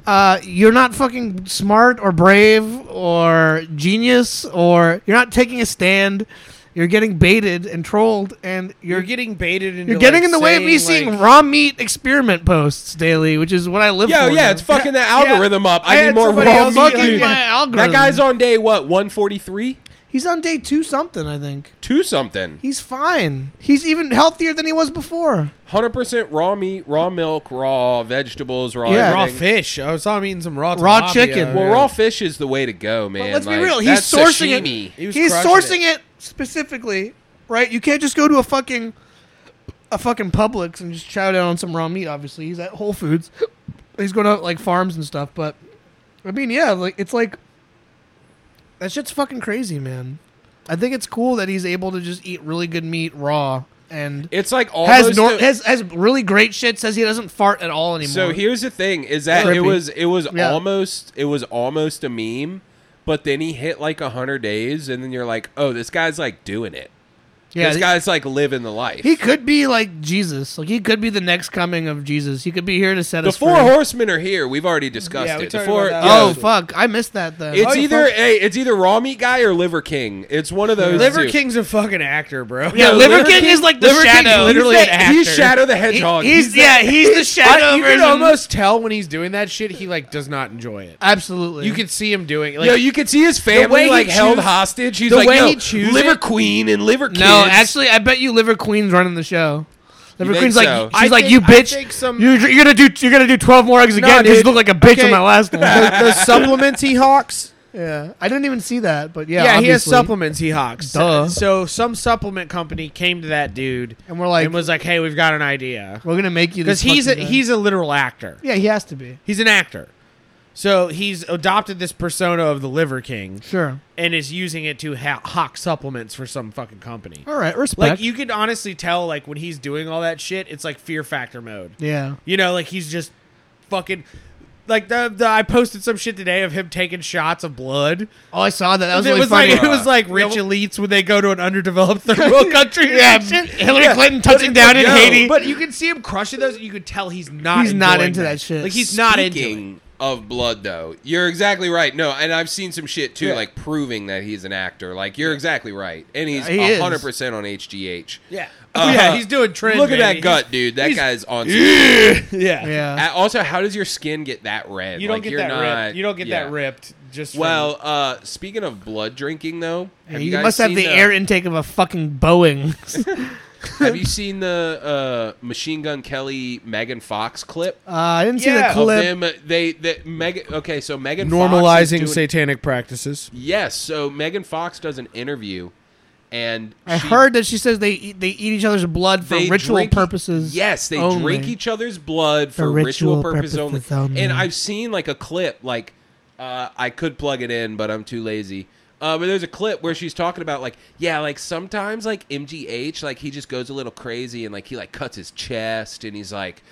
Uh, you're not fucking smart or brave or genius or you're not taking a stand. You're getting baited and trolled, and You're you're getting baited. Into, you're getting like, in the way of me saying, seeing like- raw meat experiment posts daily, which is what I live Yo, for. yeah, now. it's fucking that algorithm up. I Yeah, need it's more somebody raw else's meat. fucking dude. my algorithm. That guy's on day what? One forty three, He's on day two something, I think. two something. He's fine. He's even healthier than he was before. Hundred percent raw meat, raw milk, raw vegetables, raw Yeah. raw everything. fish. I saw him eating some raw Raw tilapia. chicken. Well, raw fish is the way to go, man. let's be Like, real. He's that's sourcing it. sashimi. He was He's crushing sourcing it. specifically, right? You can't just go to a fucking a fucking Publix and just chow down on some raw meat. Obviously, he's at Whole Foods. He's going to like farms and stuff. But I mean, yeah, like it's like that shit's fucking crazy, man. I think it's cool that he's able to just eat really good meat raw and It's like almost has, nor- the- has has really great shit. Says he doesn't fart at all anymore. So here's the thing: is that it Trippy. was it was Yeah. almost it was almost a meme, but then he hit like hundred days, and then you're like, oh, this guy's like doing it. Yeah, this he- guy's like living the life. He could be like Jesus. Like he could be the next coming of Jesus. He could be here to set the us four free. horsemen are here. We've already discussed Yeah, we it. The talked four, about that yeah, Oh fuck! I missed that then. It's Oh, you either fuck- hey, it's either raw meat guy or liver king. It's one of those. Liver two. King's a fucking actor, bro. Yeah, No, Liver King is like the Liver King's shadow. literally he's an the- actor. He's Shadow the He- Hedgehog. he's, the- yeah, he's the shadow I- you version. can almost tell when he's doing that shit. He like does not enjoy it. absolutely. You can see him doing it. Like, Yo, you could see his way family he like held chews- hostage. He's the like, way yo, he chews liver it- queen and liver kids. no, actually, I bet you Liver Queen's running the show. Liver think Queen's so? like I she's like think- you I bitch. think some- you're, you're gonna do you're gonna do twelve more eggs again because you dude. look like a bitch Okay. on that last one. the, the supplements he hawks. yeah, I didn't even see that, but Yeah, yeah, he has obviously. supplements he hawks. Duh. So some supplement company came to that dude And we're like, and was like, "Hey, we've got an idea." we're gonna make you Because this he's a, fucking guy." he's a literal actor. yeah, he has to be He's an actor. So he's adopted this persona of the Liver King sure. and is using it to ha- hawk supplements for some fucking company. All right, respect. Like you could honestly tell, like when he's doing all that shit, it's like Fear Factor mode. yeah. You know, like he's just fucking. Like the, the I posted some shit today of him taking shots of blood. Oh, I saw that. That was it really was funny. like it was like rich elites when they go to an underdeveloped third world country. yeah, Hillary Clinton touching down in yo, Haiti. But you can see him crushing those. You could tell he's not. He's not enjoying into that shit. Like he's not into. It. Speaking of blood, though, you're exactly right. No, and I've seen some shit too, Yeah. like proving that he's an actor. Like you're exactly right, and he's He is. 100 percent on HGH. Yeah. Oh, Uh, yeah, he's doing trend. Look at baby. that gut, dude. That guy's on. some- He's- Yeah. yeah. Uh, Also, how does your skin get that red? You don't Like, get you're that not- ripped. You don't get yeah. that ripped. Just Well, uh, speaking of blood drinking, though, have you guys must have seen the, air intake of a fucking Boeing. Have you seen the uh, Machine Gun Kelly Megan Fox clip? Uh, I didn't Yeah. see the Of clip. them, they, they Megan. Okay, so Megan from Fox is normalizing doing- satanic practices. Yes, so Megan Fox does an interview, and I she- heard that she says they eat, they eat each other's blood for they ritual drink- e-, purposes. Yes, they only. drink each other's blood for, For ritual, ritual purposes, purposes only. only. And I've seen like a clip, like uh, I could plug it in, but I'm too lazy. Uh, but there's a clip where she's talking about like, yeah, like sometimes like MGH, like he just goes a little crazy and like he like cuts his chest and he's like,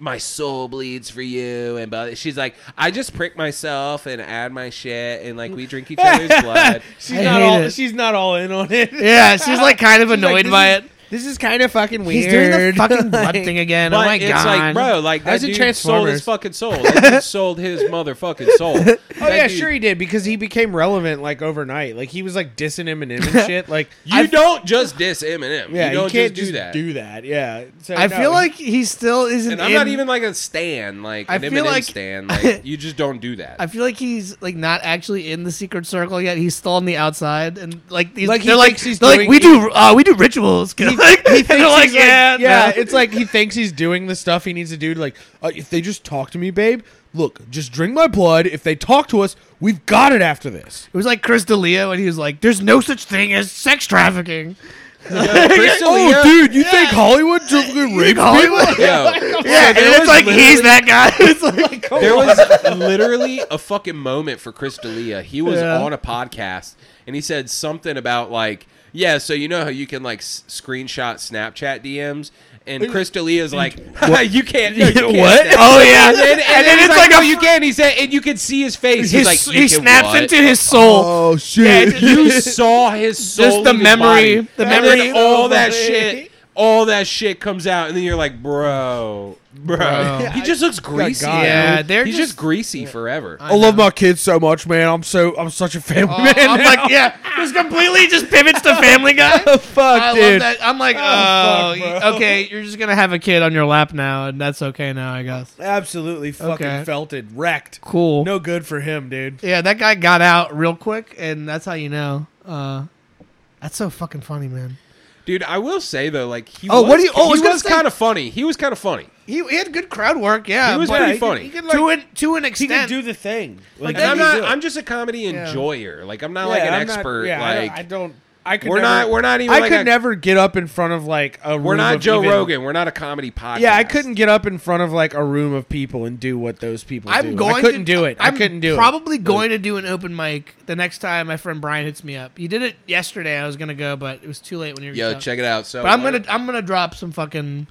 my soul bleeds for you and but she's like, I just prick myself and add my shit and like we drink each other's blood. She's I not hate all. it. She's not all in on it. Yeah, she's like kind of She's like, annoyed this by is- it. This is kind of fucking weird. He's doing the fucking blood thing again. oh But my it's god! like, bro, like I was that in dude sold Transformers. his fucking soul. That dude sold his motherfucking soul. Oh yeah, sure he did because he became relevant like overnight. Like he was like dissing Eminem and shit. Like You I- don't just diss Eminem. yeah, you don't can't just do that. Do that, yeah. So, I no, feel like he still isn't. and I'm not in- even like a stan, like I an feel Eminem like- stan. Like you just don't do that. I feel like he's like not actually in the secret circle yet. He's still on the outside, and like he's, Like, he they're like thinks he's they're doing- like we do uh, we do rituals. He, like, he thinks they're he's like, yeah, yeah. no." It's like he thinks he's doing the stuff he needs to do. To like uh, if they just talk to me, babe. Look, just drink my blood. If they talk to us, we've got it after this. It was like Chris D'Elia when he was like, "There's no such thing as sex trafficking." Chris D'Elia- Oh, dude, you think Hollywood just rapes Hollywood? people? Yo, Yeah, and it's was like he's literally- that guy. It's like, there was literally a fucking moment for Chris D'Elia. He was Yeah. on a podcast and he said something about like, yeah, so you know how you can like s- screenshot Snapchat DMs. And Chris D'Elia's like, you can't. No, you can't What? Snapchat." Oh, yeah. And then, And and then then he's it's like, like no, a- you can. He said, and you could see his face. he, he's like, he "You can snaps what?" into his soul. Oh shit! you saw his soul. Just the in his memory- body. the And memory then all of that it. shit. All that shit comes out, and then you're like, bro, bro. Bro. He just looks greasy. God. Yeah, dude. they're he's just, just- greasy forever. I love my kids so much, man. I'm so I'm such a family man. I'm now. like, yeah, just completely just pivots to Family Guy. Oh, fuck, I dude. love that. I'm like, Oh, oh, fuck, bro. okay, you're just gonna have a kid on your lap now, and that's okay now, I guess. Absolutely fucking Okay. felted, wrecked. Cool. No good for him, dude. Yeah, that guy got out real quick, and that's how you know. Uh, that's so fucking funny, man. Dude, I will say though, like he Oh, was, what do you- oh, I was he gonna was say- kind of funny. He was kind of funny. He, he had good crowd work. Yeah, He was but- pretty he could- funny. he could, to an to an extent. the thing. Like, And then I'm you not. I'm just a comedy Yeah. enjoyer. Like I'm not like an expert. like I don't. I could. we're never, not. We're not even. I like could a- never get up in front of like a. We're room not of Joe even- Rogan. We're not a comedy podcast. Yeah, I couldn't get up in front of like a room of people and do what those people. I'm do. going. I couldn't to, do it. I'm I couldn't do it. Probably going to do an open mic the next time my friend Brian hits me up. You did it yesterday. I was gonna go, but it was too late when you were. Yo, done. check it out. So But I'm one- gonna I'm gonna drop some fucking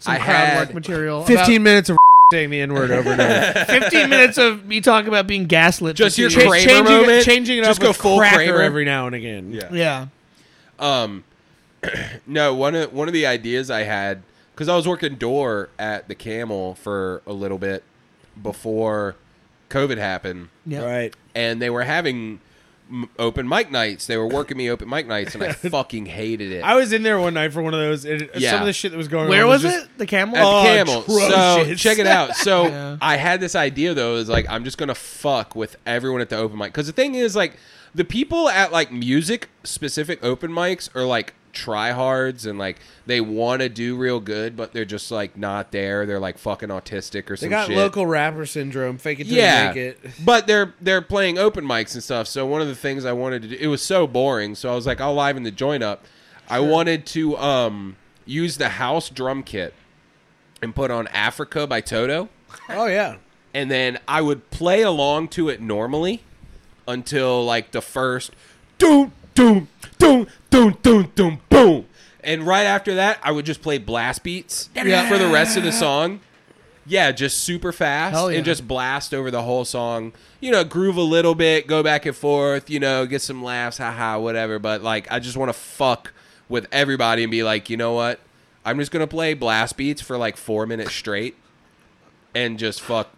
some I crowd had- work material. Fifteen minutes of saying the n word over and over. about 15 minutes of me talking about being gaslit. for Just two your years. Kramer changing, moment. changing it Just up go with full cracker Kramer. every now and again. Yeah. Yeah. Um, No, one of one of the ideas I had because I was working door at the Camel for a little bit before COVID happened, Yeah. Right. and they were having m- open mic nights. They were working me open mic nights, and I fucking hated it. I was in there one night for one of those. And Yeah. Some of the shit that was going Where on. was just- it? The camel. at Oh, the camel. So atrocious. check it out. So Yeah. I had this idea though, is like I'm just gonna fuck with everyone at the open mic because the thing is like the people at like music specific open mics are like tryhards and like they want to do real good, but they're just like not there. They're like fucking autistic or They some got shit. local rapper syndrome. Fake it till yeah, you make it. but they're they're playing open mics and stuff. So one of the things I wanted to do, it was so boring. So I was like, I'll liven the joint up. I wanted to um use the house drum kit and put on Africa by Toto Oh yeah. and then I would play along to it normally until like the first doom doom doom doom doom doom boom, and right after that I would just play blast beats Yeah. for the rest of the song. Yeah, just super fast Hell yeah. and just blast over the whole song. You know, groove a little bit, go back and forth. You know, get some laughs, haha, whatever. But like, I just want to fuck with everybody and be like, you know what? I'm just gonna play blast beats for like four minutes straight and just fuck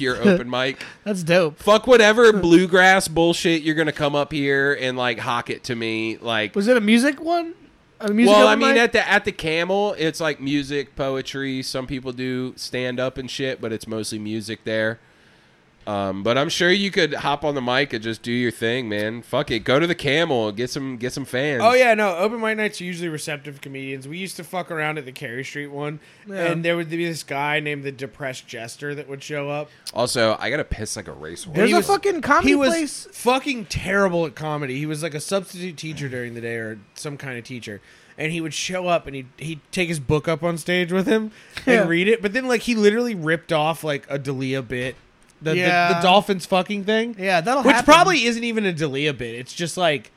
your open mic. That's dope. Fuck whatever bluegrass bullshit you're gonna come up here and like hawk it to me. Like Was it a music one? A music Well, I open mean mic? at the at the camel, it's like music, poetry, some people do stand up and shit, but it's mostly music there. Um, but I'm sure you could hop on the mic and just do your thing, man. Fuck it. Go to the camel, get some get some fans. Oh yeah, no. Open mic nights are usually receptive comedians. We used to fuck around at the Carey Street one, and there would be this guy named the Depressed Jester that would show up. Also, I gotta piss like a racehorse. There's He a was- fucking comedy he was place. fucking terrible at comedy. He was like a substitute teacher during the day or some kind of teacher. And he would show up and he'd, he'd take his book up on stage with him Yeah. and read it. But then, like, he literally ripped off, like, a Dalia bit. The, the- Yeah. the, dolphins fucking thing. Yeah, that'll Which happen. probably isn't even a Dalia bit. It's just like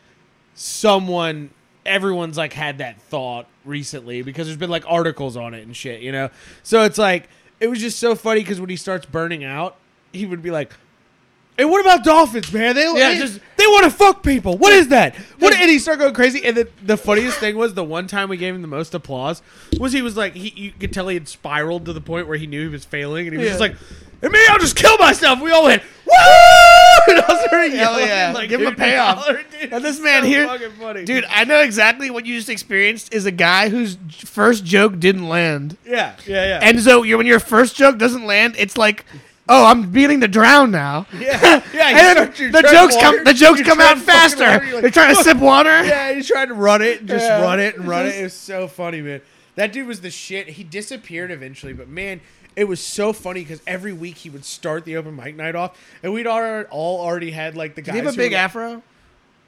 someone, everyone's like had that thought recently because there's been like articles on it and shit, you know? So it's like, it was just so funny because when he starts burning out, he would be like, and what about dolphins, man? They Yeah, they, just- they want to fuck people. What is that? What? Just- And he started going crazy. And the, the funniest thing was the one time we gave him the most applause was he was like he you could tell he had spiraled to the point where he knew he was failing, and he was Yeah. just like, "And me, I'll just kill myself." We all went, "Woo!" And I started Hell yelling, yeah. like, Give him a dude, payoff. y'all are- dude, And this it's man so here- fucking funny. Dude, I know exactly what you just experienced is a guy whose j- first joke didn't land. Yeah, yeah, yeah. And so you're, when your first joke doesn't land, it's like, oh, I'm beginning to drown now. yeah, yeah. you and start- you then the tread jokes water, come the jokes you come tread out fucking faster. water, you're like, They're trying to sip water. Yeah, he tried to run it and just Yeah. run it and run it. It was so funny, man. That dude was the shit. He disappeared eventually, but man, it was so funny because every week he would start the open mic night off, and we'd all, all already had like the guys. Did he have a who big were like- afro?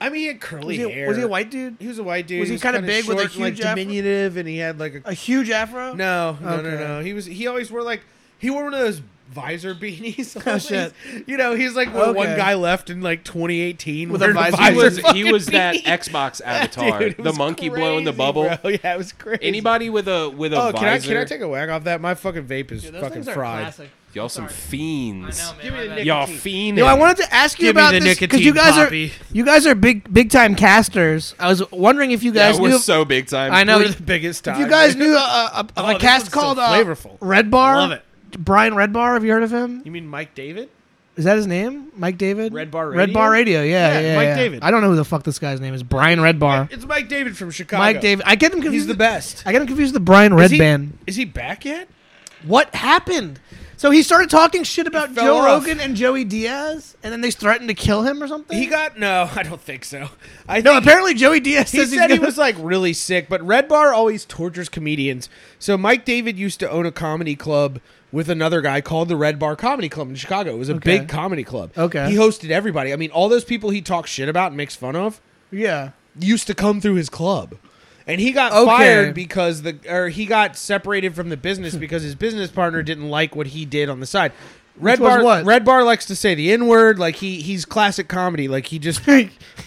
I mean, he had curly Was he, hair. was he a white dude? He was a white dude. Was he kinda kinda big with a short and, like, huge afro? diminutive, and he had like a A huge afro? no, no, no, Okay. no. He was he always wore like he wore one of those visor beanies. always. Oh, shit. You know, he's like what one Okay. guy left in like 2018 With a wearing visor. He was he fucking was that beanie. Xbox avatar, Dude, it the was monkey blowing the crazy, bubble. bro. Yeah, it was crazy. Anybody with a with a Oh, visor? can I can I take a wag off that? My fucking vape is fucking fried. Y'all some fiends. Give me the man. nicotine. Y'all fiend. Yo, I wanted to ask you Give me about the this because nicotine you guys poppy. are you guys are big big time casters. I was wondering if you guys we're knew. so big time. I know We're the biggest If time. you guys knew a, a, a- a Oh, this cast one's so called uh, flavorful. Red Bar. Love it. Brian Red Bar. Have you heard of him? You mean Mike David? Is that his name? Mike David. Red Bar Red Radio? Bar Radio. Yeah, yeah, Yeah, Mike yeah. David. I don't know who the fuck this guy's name is. Brian Red Bar. It's Mike David from Chicago. Mike David. I get him confused. He's the best. I get him confused with the Brian Is Red he- Band. Is he back yet? What happened? So he started talking shit about fell Joe off. Rogan and Joey Diaz, and then they threatened to kill him or something. He got no. I don't think so. I no. think- Apparently, Joey Diaz He says he's said he gonna- was like really sick, but Red Bar always tortures comedians. So Mike David used to own a comedy club with another guy called the Red Bar Comedy Club in Chicago. It was a Okay. big comedy club. Okay. He hosted everybody. I mean, all those people he talks shit about and makes fun of Yeah. used to come through his club. And he got Okay. fired Hmm. because the or he got separated from the business because his business partner didn't like what he did on the side. Red Which was Bar what? Red Bar likes to say the N word. Like he he's classic comedy. Like he just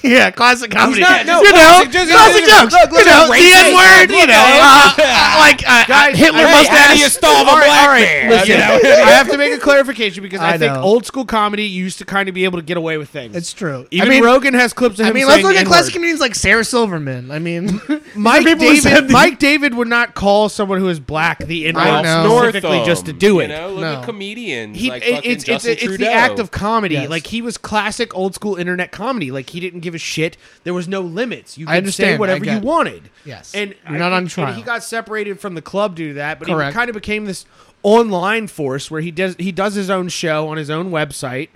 yeah, classic comedy. not- no, you know, classic- just- classic just- jokes. look, look, you know, look, the N word. look, You know, uh, uh, like uh, Guys, Hitler hey, how mustache. do you stall the All right, black all right, man? listen. You know? I have to make a clarification because I, I think know. old school comedy used to kind of be able to get away with things. It's true. Even I mean, Rogan has clips of him. I mean, let's saying look at N-word. classic comedians like Sarah Silverman. I mean, Mike people who said David. the- Mike David would not call someone who is black the N I word know. specifically Northam, just to do it. You know, look No. at comedians. He, like it- fucking it's it's, Justin it's the Trudeau. act of comedy. Yes. Like he was classic old school internet comedy. Like he didn't give a shit. There was no limits. You could I understand. say I whatever you get it. wanted. Yes. and You're not on and trial. he got separated from the club due to that, but Correct. he kind of became this online force where he does he does his own show on his own website.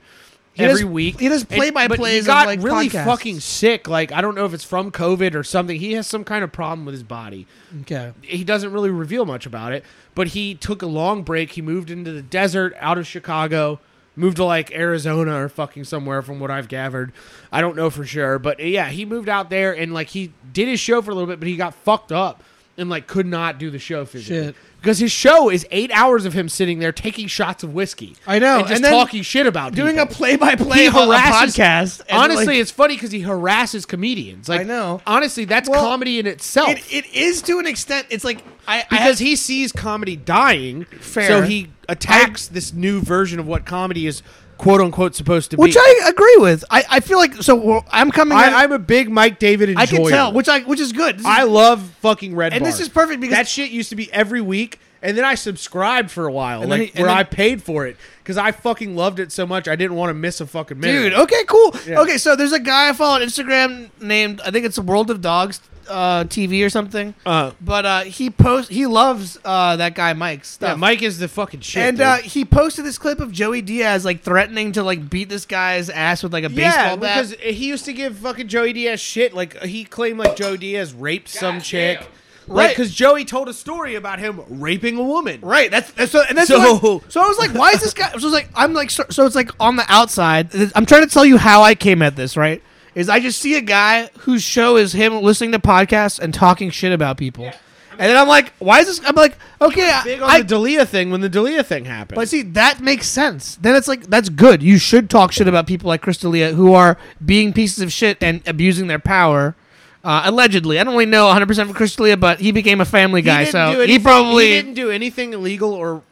every does- week, he does And- play-by-plays but He of, got like, really podcasts. fucking sick. Like I don't know if it's from COVID or something. He has some kind of problem with his body okay. he doesn't really reveal much about it, but he took a long break. He moved into the desert out of Chicago, moved to like Arizona or fucking somewhere from what I've gathered. I don't know for sure, but yeah, he moved out there and like he did his show for a little bit, but he got fucked up and like could not do the show physically. Shit. Because his show is eight hours of him sitting there taking shots of whiskey. I know, and just and then talking shit about Doing people. a play-by-play He of a harasses- podcast. and, Honestly, like, it's funny because he harasses comedians. Like, I know. Honestly, that's Well, comedy in itself it, it is to an extent. It's like I, I because he sees comedy dying. Fair. So he attacks this new version of what comedy is quote unquote supposed to which be. I agree with. I, I feel like so we're- I'm coming. in- I, am a big Mike David enjoyer. I can tell, which I which is good. This is- I love fucking Red And Bar. this is perfect because- that shit used to be every week, and then I subscribed for a while, And then like he- and where then- I paid for it because I fucking loved it so much I didn't want to miss a fucking minute. dude. Okay, cool. Yeah. Okay, so there's a guy I follow on Instagram named I think it's World of Dogs uh, TV or something. Uh-huh. but uh, he posts he loves uh, that guy Mike's stuff. yeah, Mike is the fucking shit. and dude. uh, he posted this clip of Joey Diaz like threatening to like beat this guy's ass with like a yeah, baseball bat. because he used to give fucking Joey Diaz shit. Like he claimed like Joey Diaz raped some chick. Right, Right. because Joey told a story about him raping a woman. Right. That's, that's so. And that's So- so. so I was like, why is this guy? So I was like, I'm like, so, so it's like on the outside. I'm trying to tell you how I came at this. Right. Is I just see a guy whose show is him listening to podcasts and talking shit about people, and then I'm like, why is this? I'm like, okay, Big I, on the Dalia thing when the Dalia thing happened. but see, that makes sense. Then it's like that's good. You should talk shit about people like Crystalia who are being pieces of shit and abusing their power. Uh, allegedly, I don't really know 100 percent for Crystalia, but he became a family guy, didn't do so he anything- probably he didn't do anything illegal or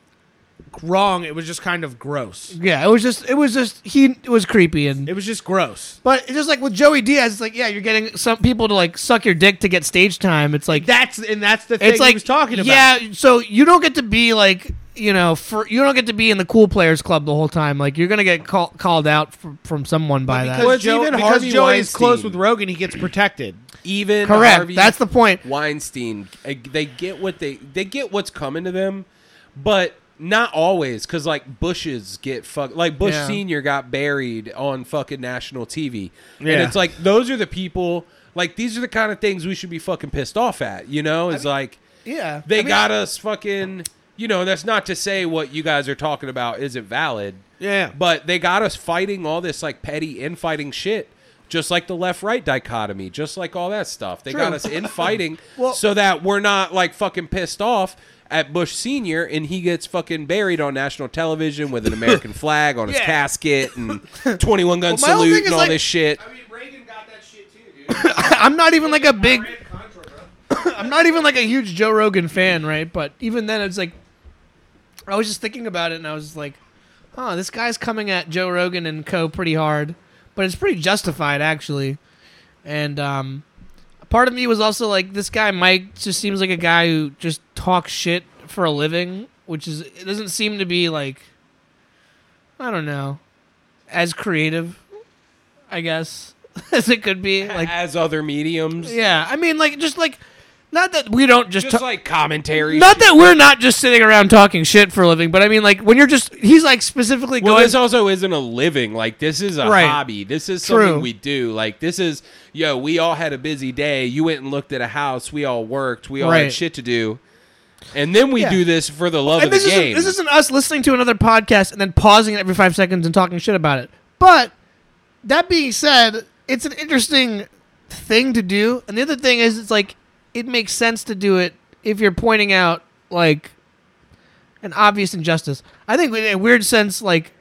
wrong. It was just kind of gross. Yeah, it was just it was just he it was creepy and It was just gross. but it's just like with Joey Diaz, it's like yeah, you're getting some people to like suck your dick to get stage time. It's like That's and that's the thing it's like he was talking about. Yeah, so you don't get to be like you know for you don't get to be in the cool players club the whole time. Like you're gonna get call, called out from, from someone by that. because, Well, it's Joe, even because Harvey Joey is Weinstein. close with Rogan, he gets protected. even Correct. Harvey That's the point. Weinstein. uh, They get what they they get what's coming to them, but not always because like Bushes get fucked. Like Bush Yeah. Senior got buried on fucking national TV, and Yeah. it's like those are the people. Like these are the kind of things we should be fucking pissed off at. You know, it's like Yeah, they I mean, got us fucking. You know, that's not to say what you guys are talking about isn't valid. Yeah. But they got us fighting all this like petty infighting shit, just like the left right dichotomy, just like all that stuff. They got us infighting so that we're not like fucking pissed off at Bush Sr. and he gets fucking buried on national television with an American flag on his Yeah. casket and 21 gun my whole thing salute is, and all like- this shit. mean, Reagan got that shit too, dude. I'm not even like a big. I'm not even like a huge Joe Rogan fan, right? But even then, it's like I was just thinking about it, and I was just like, "Huh, this guy's coming at Joe Rogan and Co. pretty hard, but it's pretty justified, actually." And um, part of me was also like, "This guy Mike just seems like a guy who just talks shit for a living, which is it doesn't seem to be like, I don't know, as creative, I guess." As it could be, like as other mediums. yeah, I mean, like, just like, not that we don't just, Just ta- like commentary. not that we're not just sitting around talking shit for a living, but I mean, like, when you're just, he's like specifically Well, going. this also isn't a living. Like this is a Right. hobby. This is True. something we do. Like this is yo. We all had a busy day. You went and looked at a house. We all worked. We all Right. had shit to do. And then we Yeah. do this for the love and of this the isn't, game. this isn't us listening to another podcast and then pausing it every five seconds and talking shit about it. But that being said, it's an interesting thing to do. And the other thing is, it's like, it makes sense to do it if you're pointing out, like, an obvious injustice. I think in a weird sense, like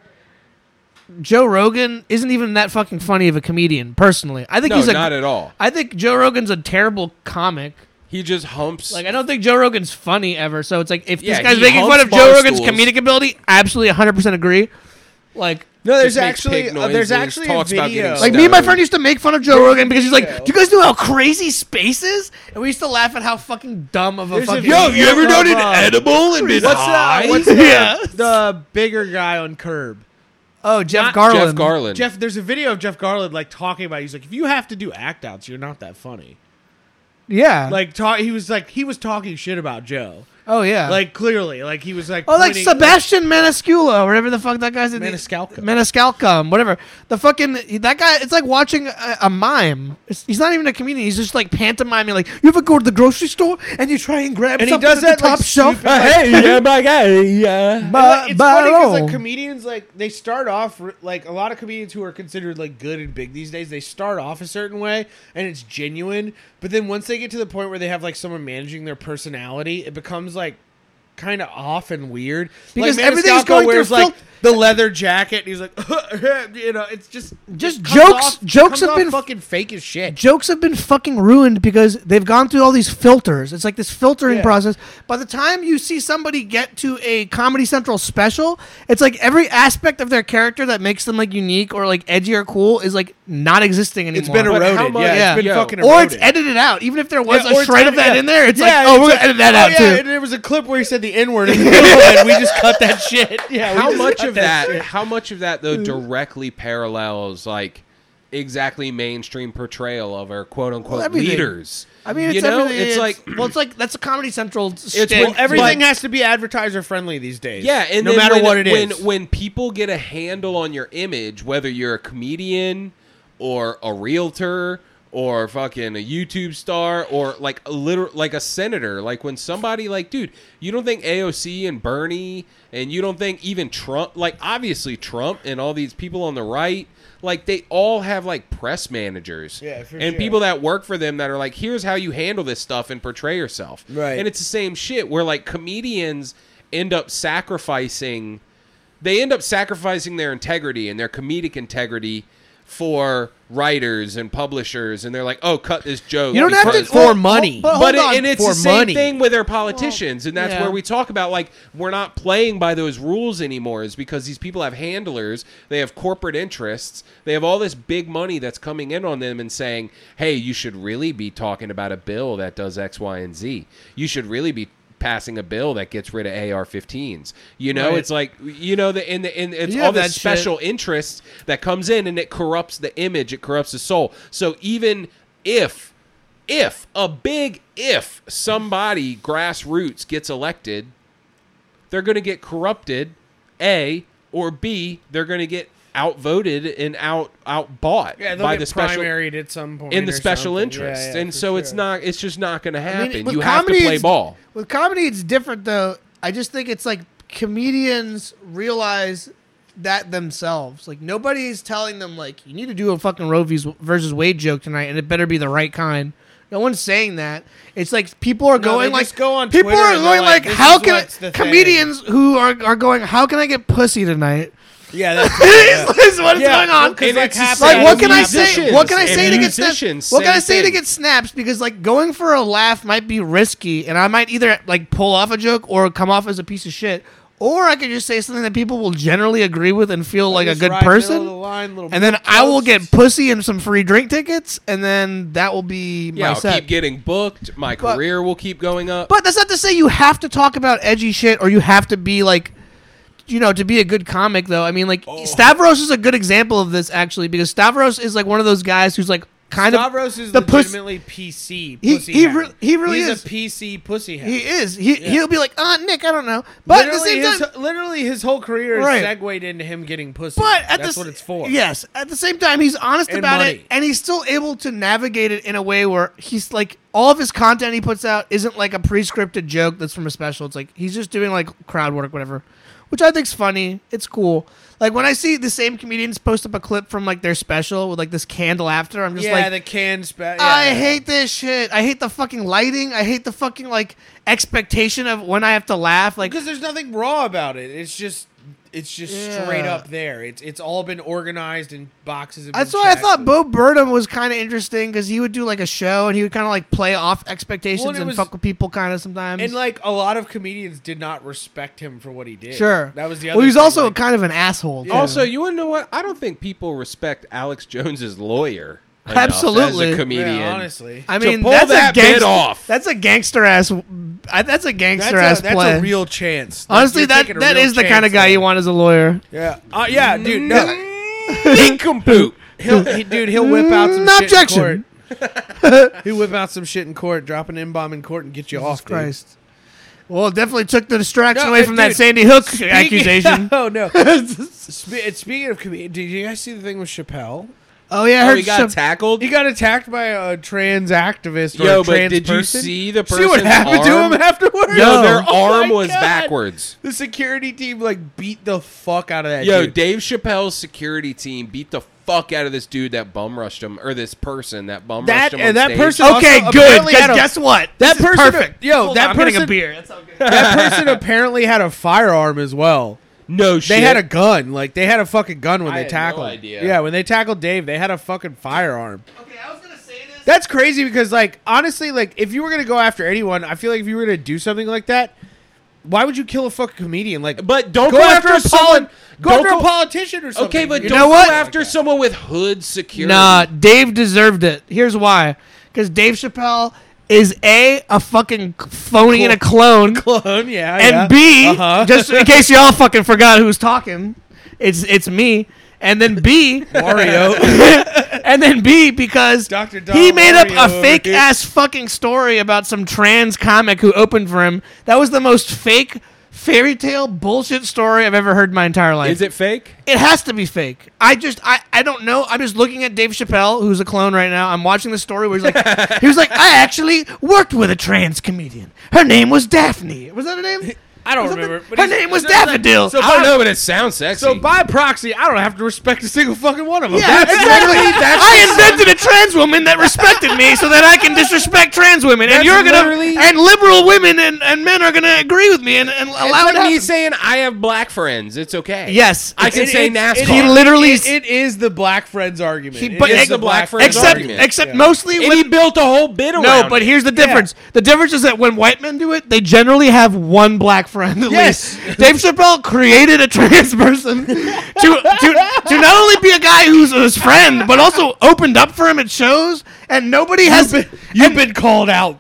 Joe Rogan isn't even that fucking funny of a comedian. Personally, I think No, he's a, not at all. I think Joe Rogan's a terrible comic. He just humps. Like I don't think Joe Rogan's funny ever. So it's like if Yeah, this guy's he making fun humps of Joe Rogan's barstools. comedic ability, absolutely 100 percent agree. Like No, there's Just makes actually pig uh, there's noises, actually talks a about video. getting Like me and my Stone. friend used to make fun of Joe Rogan because he's like, "Do you guys know how crazy space is?" And we used to laugh at how fucking dumb of a There's a fucking. video Yo, you ever of, done an uh, edible and been What's high? the what's the, Yeah. the bigger guy on Curb? oh, Jeff Not- Garland. Jeff Garland. Jeff, there's a video of Jeff Garland like talking about. He's like, if you have to do act outs, you're not that funny. Yeah. Like, talk, he was like, he was talking shit about Joe. oh yeah. Like, clearly, like he was like, oh, like pointing- Sebastian Maniscalco, or whatever the fuck that guy's. Maniscalco. Maniscalco, whatever. The fucking that guy. It's like watching a, a mime. It's, he's not even a comedian. He's just like pantomiming. Like you ever go to the grocery store and you try and grab And he something does that, at the like, top shelf. stupid, like- hey, yeah, my guy, yeah. And, Uh, like, it's funny because like comedians like they start off r- like a lot of comedians who are considered like good and big these days they start off a certain way and it's genuine but then once they get to the point where they have like someone managing their personality it becomes like kind of off and weird Because like, everything's Maniscalco going through wears, like fil- the leather jacket and he's like you know it's just Just it comes jokes- off- jokes comes have off been- fucking fake as shit jokes have been fucking ruined because they've gone through all these filters. It's like this filtering Yeah. process. By the time you see somebody get to a Comedy Central special, it's like every aspect of their character that makes them like unique or like edgy or cool is like not existing anymore. it's been But how eroded much- yeah, yeah. it's been Yo. fucking eroded or it's edited out. Even if there was Yeah, or a it's shred of edit- that yeah. in there, it's Yeah, like, oh, we're like- gonna edit that oh, out yeah, too. and there was a clip where he said the N word in the middle, and we just cut that shit. Yeah, we how just much cut of that, shit. how much of that Mm. though directly parallels like exactly mainstream portrayal of our quote unquote everything. leaders I mean, it's you know everything. it's, like well, it's like that's a Comedy Central. It's well, Everything has to be advertiser friendly these days. yeah and no then matter when, what it is. when when people get a handle on your image whether you're a comedian or a realtor or fucking a youtube star or like a literal like a senator like when somebody like dude you don't think aoc and bernie and you don't think even trump like obviously trump and all these people on the right like they all have like press managers Yeah, for and sure. people that work for them that are like here's how you handle this stuff and portray yourself Right. and it's the same shit where like comedians end up sacrificing they end up sacrificing their integrity and their comedic integrity for writers and publishers and they're like oh cut this joke You don't have to because- For money. but hold but it, on. and it's for the same money. thing with our politicians, and that's yeah. where we talk about like we're not playing by those rules anymore. Is because these people have handlers, they have corporate interests, they have all this big money that's coming in on them and saying, "Hey, you should really be talking about a bill that does X, Y, and Z. You should really be." passing a bill that gets rid of AR-15s. You know, Right. it's like you know the and, the, and it's You all have this that shit. special interest that comes in and it corrupts the image, it corrupts the soul. So even if if a big if somebody grassroots gets elected, they're going to get corrupted, A or B, they're going to get outvoted and out outbought yeah, they'll by get the special primaried um, at some point in the or special something. interests. Yeah, yeah, and for so it's sure. not it's just not going to I mean, happen. with you have to comedy, play it's- ball. With comedy, it's different though. I just think it's like comedians realize that themselves. Like nobody's telling them like you need to do a fucking Roe v's- versus Wade joke tonight, and it better be the right kind. No one's saying that. It's like people are No, going they like just go on people Twitter are and going they're like, like, "This how is can what's the comedians who are are going how can I get pussy tonight? Yeah, that's is what's Yeah, going on. well, 'cause And like it's half the Like Yeah, same what the can I say? musicians What can I say and to get musicians, snaps? What can same I say to thing. get snaps? Because like going for a laugh might be risky, and I might either like pull off a joke or come off as a piece of shit, or I could just say something that people will generally agree with and feel like a Just good right middle of person, the line, little and then I will toast. get pussy and some free drink tickets, and then that will be my Yeah, I'll set. keep getting booked. My But- career will keep going up. But that's not to say you have to talk about edgy shit or you have to be like, you know, to be a good comic though. I mean, like Oh. Stavros is a good example of this actually because Stavros is like one of those guys who's like kind Stavros of is the puss- legitimately PC. He- pussy he hat. re- he really He's is. a PC pussy hat. He is. He he'll be like, ah, Nick, I don't know, but at the literally, same his, time, literally his whole career Right. is segued into him getting pussy. but at that's the, what s- it's for. Yes, at the same time, he's honest And about it, money. and he's still able to navigate it in a way where he's like all of his content he puts out isn't like a pre-scripted joke that's from a special. It's like he's just doing like crowd work, whatever. which I think's funny. It's cool. Like when I see the same comedians post up a clip from like their special with like this candle after, I'm just yeah, like, the canned spe- yeah. I hate this shit. I hate the fucking lighting. I hate the fucking like expectation of when I have to laugh. Like because there's nothing raw about it. It's just it's just straight Yeah. up there. It's it's all been organized in boxes. Have been That's why I checked. thought Bo Burnham was kind of interesting because he would do like a show and he would kind of like play off expectations Well, and it and was- fuck with people kind of sometimes. And like a lot of comedians did not respect him for what he did. sure, that was the other. Well, he was thing, also like- kind of an asshole. too. Also, you want to know what? I don't think people respect Alex Jones's lawyer. enough Absolutely. as a Yeah, Yeah, comedian. honestly. I to mean, pull that's that a bit gangster, off. That's a gangster ass. I, that's a That's, gangster ass a, that's play. a real chance. Like, Honestly, you're that taking a that real is the kind of chance guy there. you want as a lawyer. Yeah, uh, yeah, dude. No, Nincompoop. he'll, he, dude, he'll whip out some No shit objection. in court. He'll whip out some shit in court, drop an M bomb in court, and get you off. Jesus dude. Christ. Well, it definitely took the distraction No, away uh, from that dude, Sandy Hook Speaking- accusation. Oh no. Spe- and speaking of comedian, did you guys see the thing with Chappelle? oh yeah, I Oh, heard he got some- tackled. He got attacked by a trans activist. Or Yo, a trans but did you person. see the See what person's happened arm? to him afterwards? Yo, their Oh my arm was God. backwards. The security team like beat the fuck out of that. Yo, dude. Dave Chappelle's security team beat the fuck out of this dude that bum rushed him, or this person that bum That- rushed him. and on that stage. Oh, person- Okay, Also, good. apparently had Because a- guess what? that This is person- perfect. yo, Hold that on, I'm getting person- a beer. That's all good. that person apparently had a firearm as well. no shit. They had a gun. Like they had a fucking gun when I they had no tackled. him. idea. Yeah, when they tackled Dave, they had a fucking firearm. Okay, I was gonna say this. That's crazy because like honestly, like if you were gonna go after anyone, I feel like if you were gonna do something like that, why would you kill a fucking comedian? Like But don't go, go after, after a poli- someone- go don't after a go- politician or something. Okay, but You don't know go what? after someone with hood security. Nah, Dave deserved it. Here's why: because Dave Chappelle is a a fucking phony and a clone, Clone, yeah, and yeah. B, Uh-huh. just in case y'all fucking forgot who's talking, it's it's me. And then B, Mario. and then B, because Dr. Don he made up Mario over a fake here. ass fucking story about some trans comic who opened for him. That was the most fake fairy tale bullshit story I've ever heard in my entire life. is it fake? It has to be fake. I just I, I don't know. I'm just looking at Dave Chappelle, who's a clone right now. I'm watching the story where he's like he was like, I actually worked with a trans comedian. Her name was Daphne. Was that her name? I don't Was that remember. the- but her he's- name was so it's like- Daffodil. so I don't by, know, but it sounds sexy. so by proxy, I don't have to respect a single fucking one of them. yeah, exactly. I invented a trans woman that respected me so that I can disrespect trans women. And That's you're gonna literally- and liberal women and, and men are gonna agree with me and, and it's allow like it me happen. saying I have black friends. It's okay. Yes. I it's- can say it's- it NASCAR. He literally It- it is the black friends argument. He- It but is it's the black friends friends except argument. except Yeah. mostly and when he built a whole bit around. No, but it. here's the difference. The difference is that when white men do it, they generally have one black friend at Yes. least. Dave Chappelle created a trans person to, to to not only be a guy who's his friend, but also opened up for him at shows, and nobody has. You've been, you've been called out,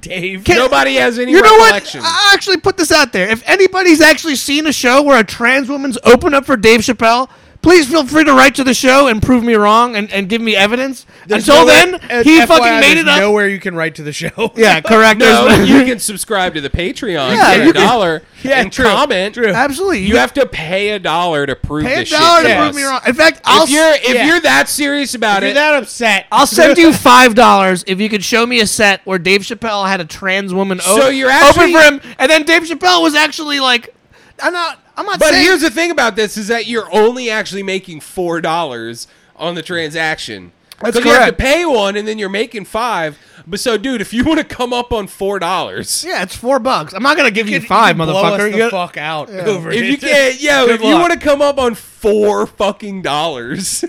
Dave. nobody has any you know what? recollection. I actually put this out there. If anybody's actually seen a show where a trans woman's opened up for Dave Chappelle. Please feel free to write to the show and prove me wrong and, and give me evidence. There's Until nowhere- then, at he FYI, fucking made there's it up. Nowhere you can write to the show. yeah, correct. No, There's- you can subscribe to the Patreon Yeah, for you a can- dollar Yeah, and true, comment. true. Absolutely. You have to pay a dollar to prove pay a this shit dollar to to prove us. me wrong. In fact, I'll If you're s- if yeah. you're that serious about You're it, that upset. I'll send you five dollars if you could show me a set where Dave Chappelle had a trans woman. So o- you're open actually- for him, and then Dave Chappelle was actually like, "I'm not, I'm not." but saying, here's the thing about this is that you're only actually making four dollars on the transaction. That's Because you have to correct. pay one and then you're making five. But so, dude, if you want to come up on four dollars, yeah, it's four bucks. I'm not gonna give you, can- five, you can motherfucker. blow us the You got- fuck out over if it. you can't, yo, Good if you luck. want to come up on four fucking dollars,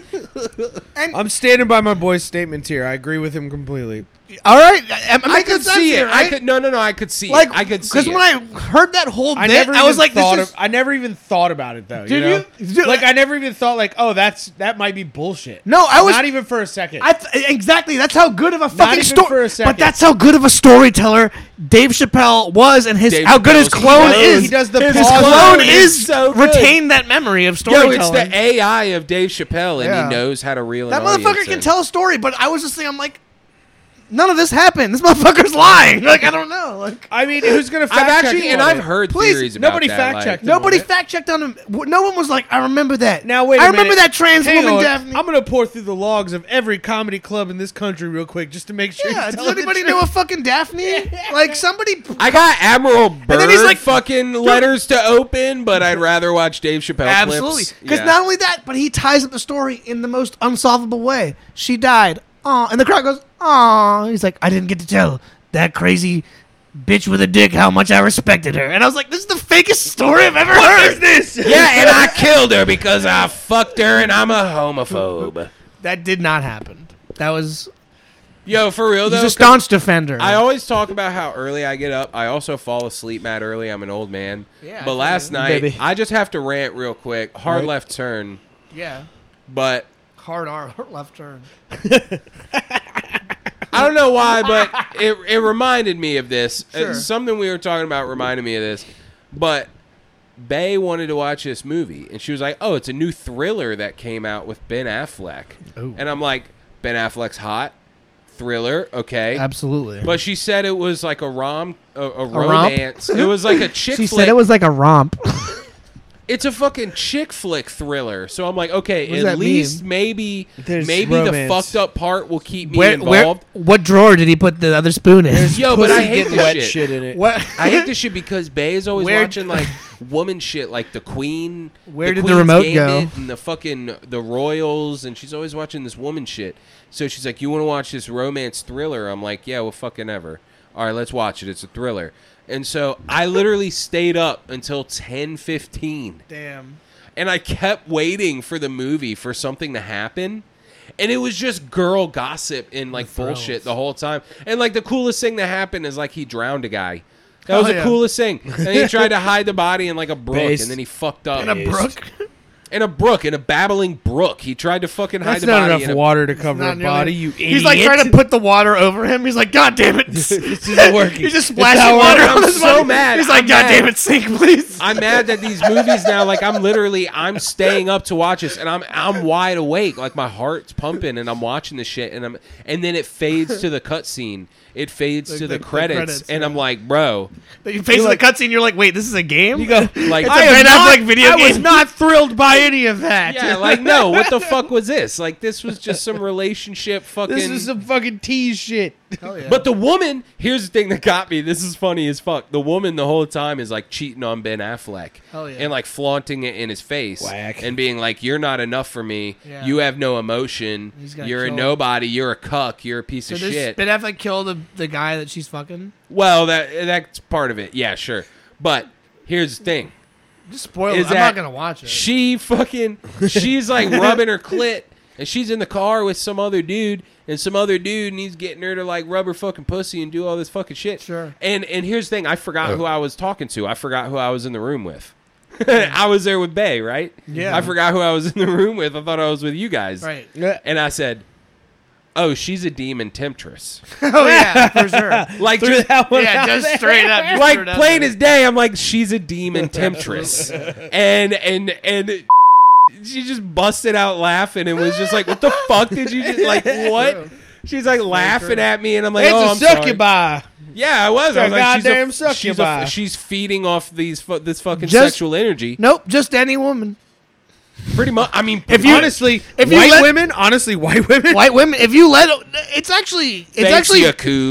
I'm standing by my boy's statements here. I agree with him completely. All right, am I, I making could sense see it. here, I right? could no, no, no. I could see like it. I could see because it. when I heard that whole I bit, never I even was like, "This thought is." of, I never even thought about it though. Did you, know? you- did- like I never even thought like, oh, that's that might be bullshit. No, I was- not even for a second. I th- exactly. That's how good of a fucking even for a story. second. But that's how good of a storyteller Dave Chappelle was, and his Dave how good his Chappelle's clone clone. is. he does the His his pause. clone clone is is so good. retained that memory of Yo, storytelling. it's the AI of Dave Chappelle, and Yeah. he knows how to reel an that Oh, audience motherfucker can in. tell a story, but I was just thinking, I'm like, none of this happened. This motherfucker's lying. Like I don't know. Like I mean, who's gonna fact I've check actually, you and on I've it? heard Please, theories about nobody that, fact like- checked them. nobody on it. fact checked on him. W- No one was like, I remember that. Now wait. I I remember that trans woman, Daphne. I'm gonna pour through the logs of every comedy club in this country real quick just to make sure. he's yeah, does telling the anybody truth. know a fucking Daphne? Like somebody. I got Admiral Bird then he's like, fucking letters to open, but I'd rather watch Dave Chappelle Absolutely, clips. because Yeah. not only that, but he ties up the story in the most unsolvable way. She died. Aw, and the crowd goes, "Aw." He's like, "I didn't get to tell that crazy bitch with a dick how much I respected her," and I was like, "This is the fakest story I've ever heard." What is this? yeah, and I killed her because I fucked her, and I'm a homophobe. That did not happen. That was Yo, for real he's though, a staunch defender. I always talk about how early I get up. I also fall asleep mad early. I'm an old man. Yeah, I but feel last you. night, Baby. I just have to rant real quick. Hard left turn, yeah, but hard arm, left turn. I don't know why, but it it reminded me of this. Uh, Sure. something we were talking about reminded me of this. But Bay wanted to watch this movie, and she was like, "Oh, it's a new thriller that came out with Ben Affleck." And I'm like, "Ben Affleck's hot thriller, okay." Absolutely. But she said it was like a rom, a, a, romp? romance. It was like a chick she flick. said it was like a romp. it's a fucking chick flick thriller. So I'm like, okay, does at that least maybe There's maybe romance. the fucked up part will keep me where, where, involved. what drawer did he put the other spoon in? Yo, but I hate getting this wet shit. shit. in it. What? I hate this shit because Bay is always Where- watching like woman shit, like the Queen. Where did the Queen's remote go? Gambit And the fucking the Royals, and she's always watching this woman shit. So she's like, "You want to watch this romance thriller?" I'm like, "Yeah, well, fucking ever." All right, let's watch it. It's a thriller. And so I literally stayed up until ten fifteen Damn. and I kept waiting for the movie for something to happen. And it was just girl gossip and like bullshit the whole time. And like the coolest thing that happened is like he drowned a guy. That was Oh, the yeah. coolest thing. And he tried to hide the body in like a brook, Based. and then he fucked up. And a brook. In a brook, in a babbling brook. He tried to fucking hide That's the not body. enough in a- water to cover a Not nearly- body. You idiot. He's like trying to put the water over him. He's like, God damn it! this isn't working. He's just It's splashing not water working. on I'm his so body. mad. He's like, I'm God mad." damn it, sink, please. I'm mad that these movies now, like I'm literally, I'm staying up to watch this, and I'm I'm wide awake, like my heart's pumping, and I'm watching this shit, and I'm, and then it fades to the cutscene, it fades to the, the- the credits, credits, and I'm like, bro, you face like- the cutscene. You're like, wait, this is a game. You go, like, I am not, video I game. was not thrilled by any of that. yeah, like no, what the fuck was this? Like this was just some relationship fucking. This is some fucking tease shit. But the woman, here's the thing that got me. This is funny as fuck. The woman the whole time is like cheating on Ben Affleck. Hell yeah. And like flaunting it in his face. Whack. And being like, You're not enough for me. Yeah. You have no emotion. He's got You're a killed. nobody. You're a cuck. You're a piece So of does shit. Ben Affleck kill the, the guy that she's fucking? well, that that's part of it. Yeah, sure. But here's the thing. Just spoil it. Is Oh, I'm that- not gonna watch it. She fucking she's like rubbing her clit and she's in the car with some other dude and some other dude and he's getting her to like rub her fucking pussy and do all this fucking shit. Sure. And and here's the thing, I forgot who I was talking to. I forgot who I was in the room with. I was there with Bay, right? Yeah. I forgot who I was in the room with. I thought I was with you guys. right? And I said, Oh, she's a demon temptress. Oh yeah, for sure. Like just, that one Yeah, out just there. straight up. just like straight up. plain as day i'm like she's a demon temptress and and and she just busted out laughing and was just like what the fuck did you just like what She's like laughing at me, and I'm like, It's "Oh, a I'm sorry." succubi. Yeah, I was. I It's a was like, she's a- goddamn she's a, succubi. she's feeding off these fu- this fucking Just- sexual energy. Nope, just any woman. Pretty much. I mean, If you honestly, if you white let- women, honestly, white women. White women. If you let, it's actually, it's actually,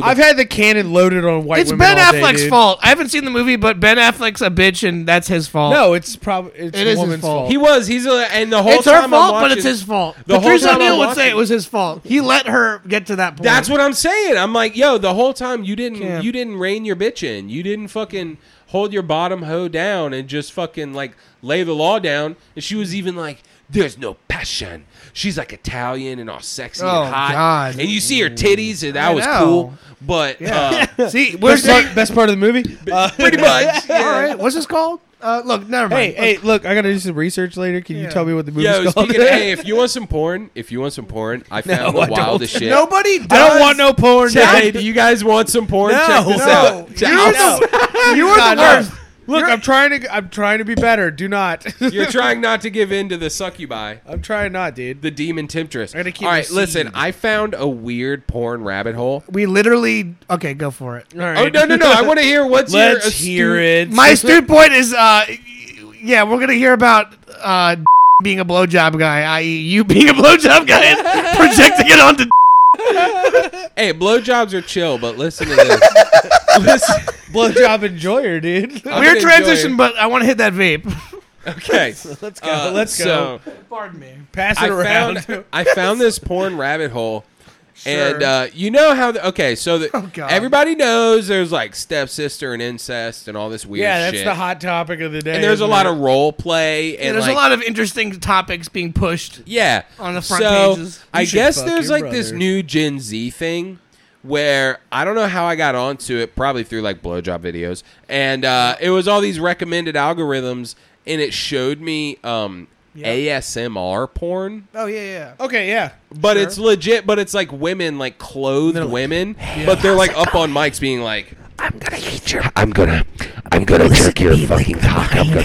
I've had the cannon loaded on white it's women. Ben all day, Affleck's dude. fault. I haven't seen the movie, but Ben Affleck's a bitch, and that's his fault. No, it's probably it's It a is his woman's fault. fault. he was. He's a, and the whole it's time her I'm fault, but watching- it's his fault. The whole Patrice time I'm O'Neill would say watching- it was his fault. He let her get to that point. That's what I'm saying. I'm like, yo, the whole time you didn't Can't. you didn't rein your bitch in. You didn't fucking hold your bottom hoe down and just fucking like lay the law down. And she was even like, There's no passion. She's like Italian and all sexy Oh, and hot. God. And you see her titties and that I was know. cool. But uh, See, Best where's part, best part of the movie. Uh, pretty much yeah. All right, what's this called? Uh, look, never mind. hey, hey, look, I gotta do some research later. Can you Yeah. tell me what the movie's Yo, called? speaking of, hey, if you want some porn, if you want some porn, I found I the don't. wildest shit. Nobody. Does, I don't want no porn. Hey, Dad. do you guys want some porn? No. Check this No. out. Check- You were the, you were the God, no. worst. Look, I'm trying to. I'm trying to be better. Do not. You're trying not to give in to the succubi. I'm trying not, dude. The demon temptress. I gotta keep All my right, listen. seed. I found a weird porn rabbit hole. We literally uh, okay, go for it. All Oh right. no no no! I want to hear what's your Let's astute- hear it. My astute point is, uh, yeah, we're gonna hear about uh, being a blowjob guy, i.e., you being a blowjob guy and projecting it onto. Hey, blowjobs are chill, but listen to this. listen, blowjob enjoyer, dude. I'm Weird gonna enjoy transition, but I want to hit that vape. it. Okay, Let's go. Uh, let's go. so Pardon me. Pass it I around. found I found this porn rabbit hole. And Sure. uh, you know how? The, okay, so the, Oh, God. everybody knows there's like stepsister and incest and all this weird. yeah, that's shit. the hot topic of the day. And there's a isn't lot it? of role play and there's like, a lot of interesting topics being pushed. Yeah. On the front so, pages. I You should guess fuck there's your like this brother. new Gen Z thing where I don't know how I got onto it, probably through like blowjob videos. And uh, it was all these recommended algorithms, and it showed me um, ASMR porn. Oh yeah, yeah. Okay, yeah. But it's legit, but it's like women, like clothed women, but they're like up on mics being like, I'm gonna eat your. I'm gonna. I'm gonna jerk your fucking cock. I'm gonna.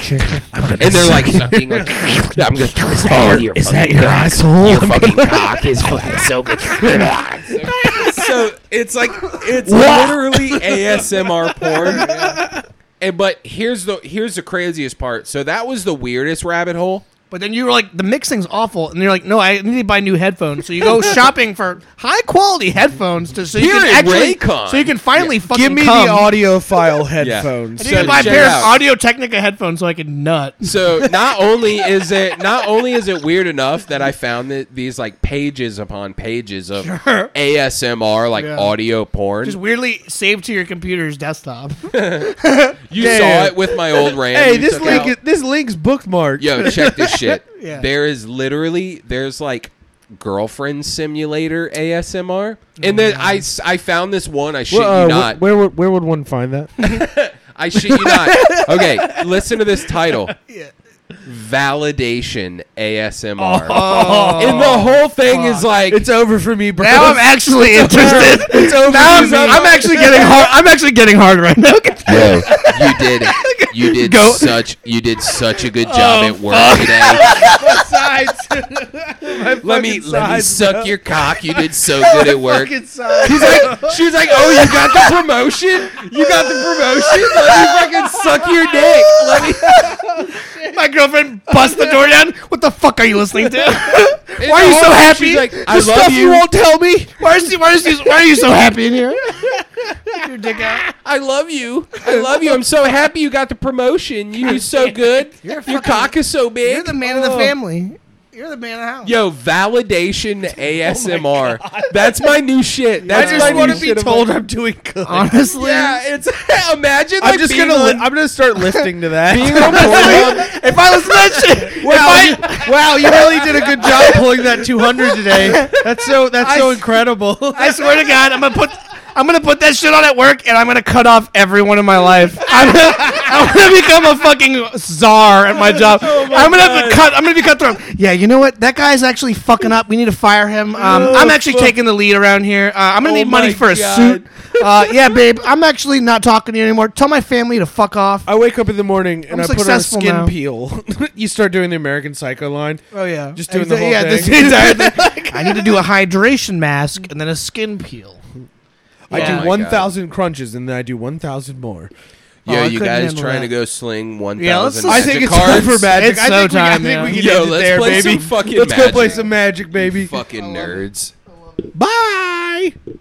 I'm gonna. and they're like sucking. Like, I'm gonna. Is that your, is that your asshole? Your fucking cock is fucking so good. so it's like it's literally ASMR porn. And but here's the here's the craziest part. So that was the weirdest rabbit hole. But then you were like, the mixing's awful, and you're like, no, I need to buy new headphones. So you go shopping for high quality headphones to so you Here can at actually Raycon. so you can finally fucking Give me cum. the audiophile headphones. I need So to buy a check pair out. of Audio Technica headphones so I can nut. So not only is it not only is it weird enough that I found that these like pages upon pages of ASMR like Yeah. audio porn. Just weirdly saved to your computer's desktop. you Damn. saw it with my old RAM. Hey, you this took link. out. Is, this link's bookmarked. Yo, check this shit. Yeah. There is literally there's like girlfriend simulator ASMR, and Oh, then I s- I found this one. I shit Well, uh, you wh- not. where would where would one find that? I shit you not. Okay, listen to this title. Validation ASMR. Oh. And the whole thing is like it's over for me, bro. now I'm actually interested. it's over. now for I'm, me. I'm actually getting hard. I'm actually getting hard right now. Yo, you did you did Go- such you did such a good job at work today. sides. fucking Let me let me sides, suck bro. your cock. You did so good at work. Fucking sides. He's like, she was like, oh, you got the promotion? You got the promotion? Let me fucking suck your dick. Let me. My girlfriend busts the door down. What the fuck are you listening to? And Why are you the so whole- happy? She's like, The I stuff love you you. won't tell me. why, is, why, is, why are you so happy in here? your dick out. I love you. I love you. I'm so happy you got the promotion. You do so good. your cock is so You're big. the man of Oh. the family. You're the man of the house. Yo, validation ASMR. That's my new shit. Oh I That's just my want new to shit. be I'm told like- I'm doing good. Honestly, yeah, it's imagine. I'm like, just being gonna. Li- on- I'm gonna start lifting to that. being on Pornhub. if I listen to that shit, Wow, you, wow, you really did a good job pulling that 200 today. That's so that's so incredible. I swear to God, I'm gonna put. I'm gonna put that shit on at work, and I'm gonna cut off everyone in my life. I'm gonna, I'm gonna become a fucking czar at my job. Oh I'm gonna have to cut. I'm gonna be cutthroat. Yeah, you know what? That guy's actually fucking up. We need to fire him. Um, Oh, I'm actually taking the lead around here. Uh, I'm gonna Oh need money my for a God. suit. Uh, yeah, babe. I'm actually not talking to you anymore. Tell my family to fuck off. I wake up in the morning and I'm I put on a successful skin now. peel. you start doing the American Psycho line. Oh yeah, Just doing the whole yeah, thing. the entire thing. I need to do a hydration mask and then a skin peel. I Yeah. do Oh my 1,000 crunches and then I do 1,000 more. Yo, Oh, I you couldn't guys handle trying that. to go sling one Yeah, let's thousand? just- I Magic think it's time cards? for magic. It's I so think we, time, I think man. we can Yo, end it let's there, play baby. some fucking let's go play magic. some magic, baby. Fucking nerds. Bye.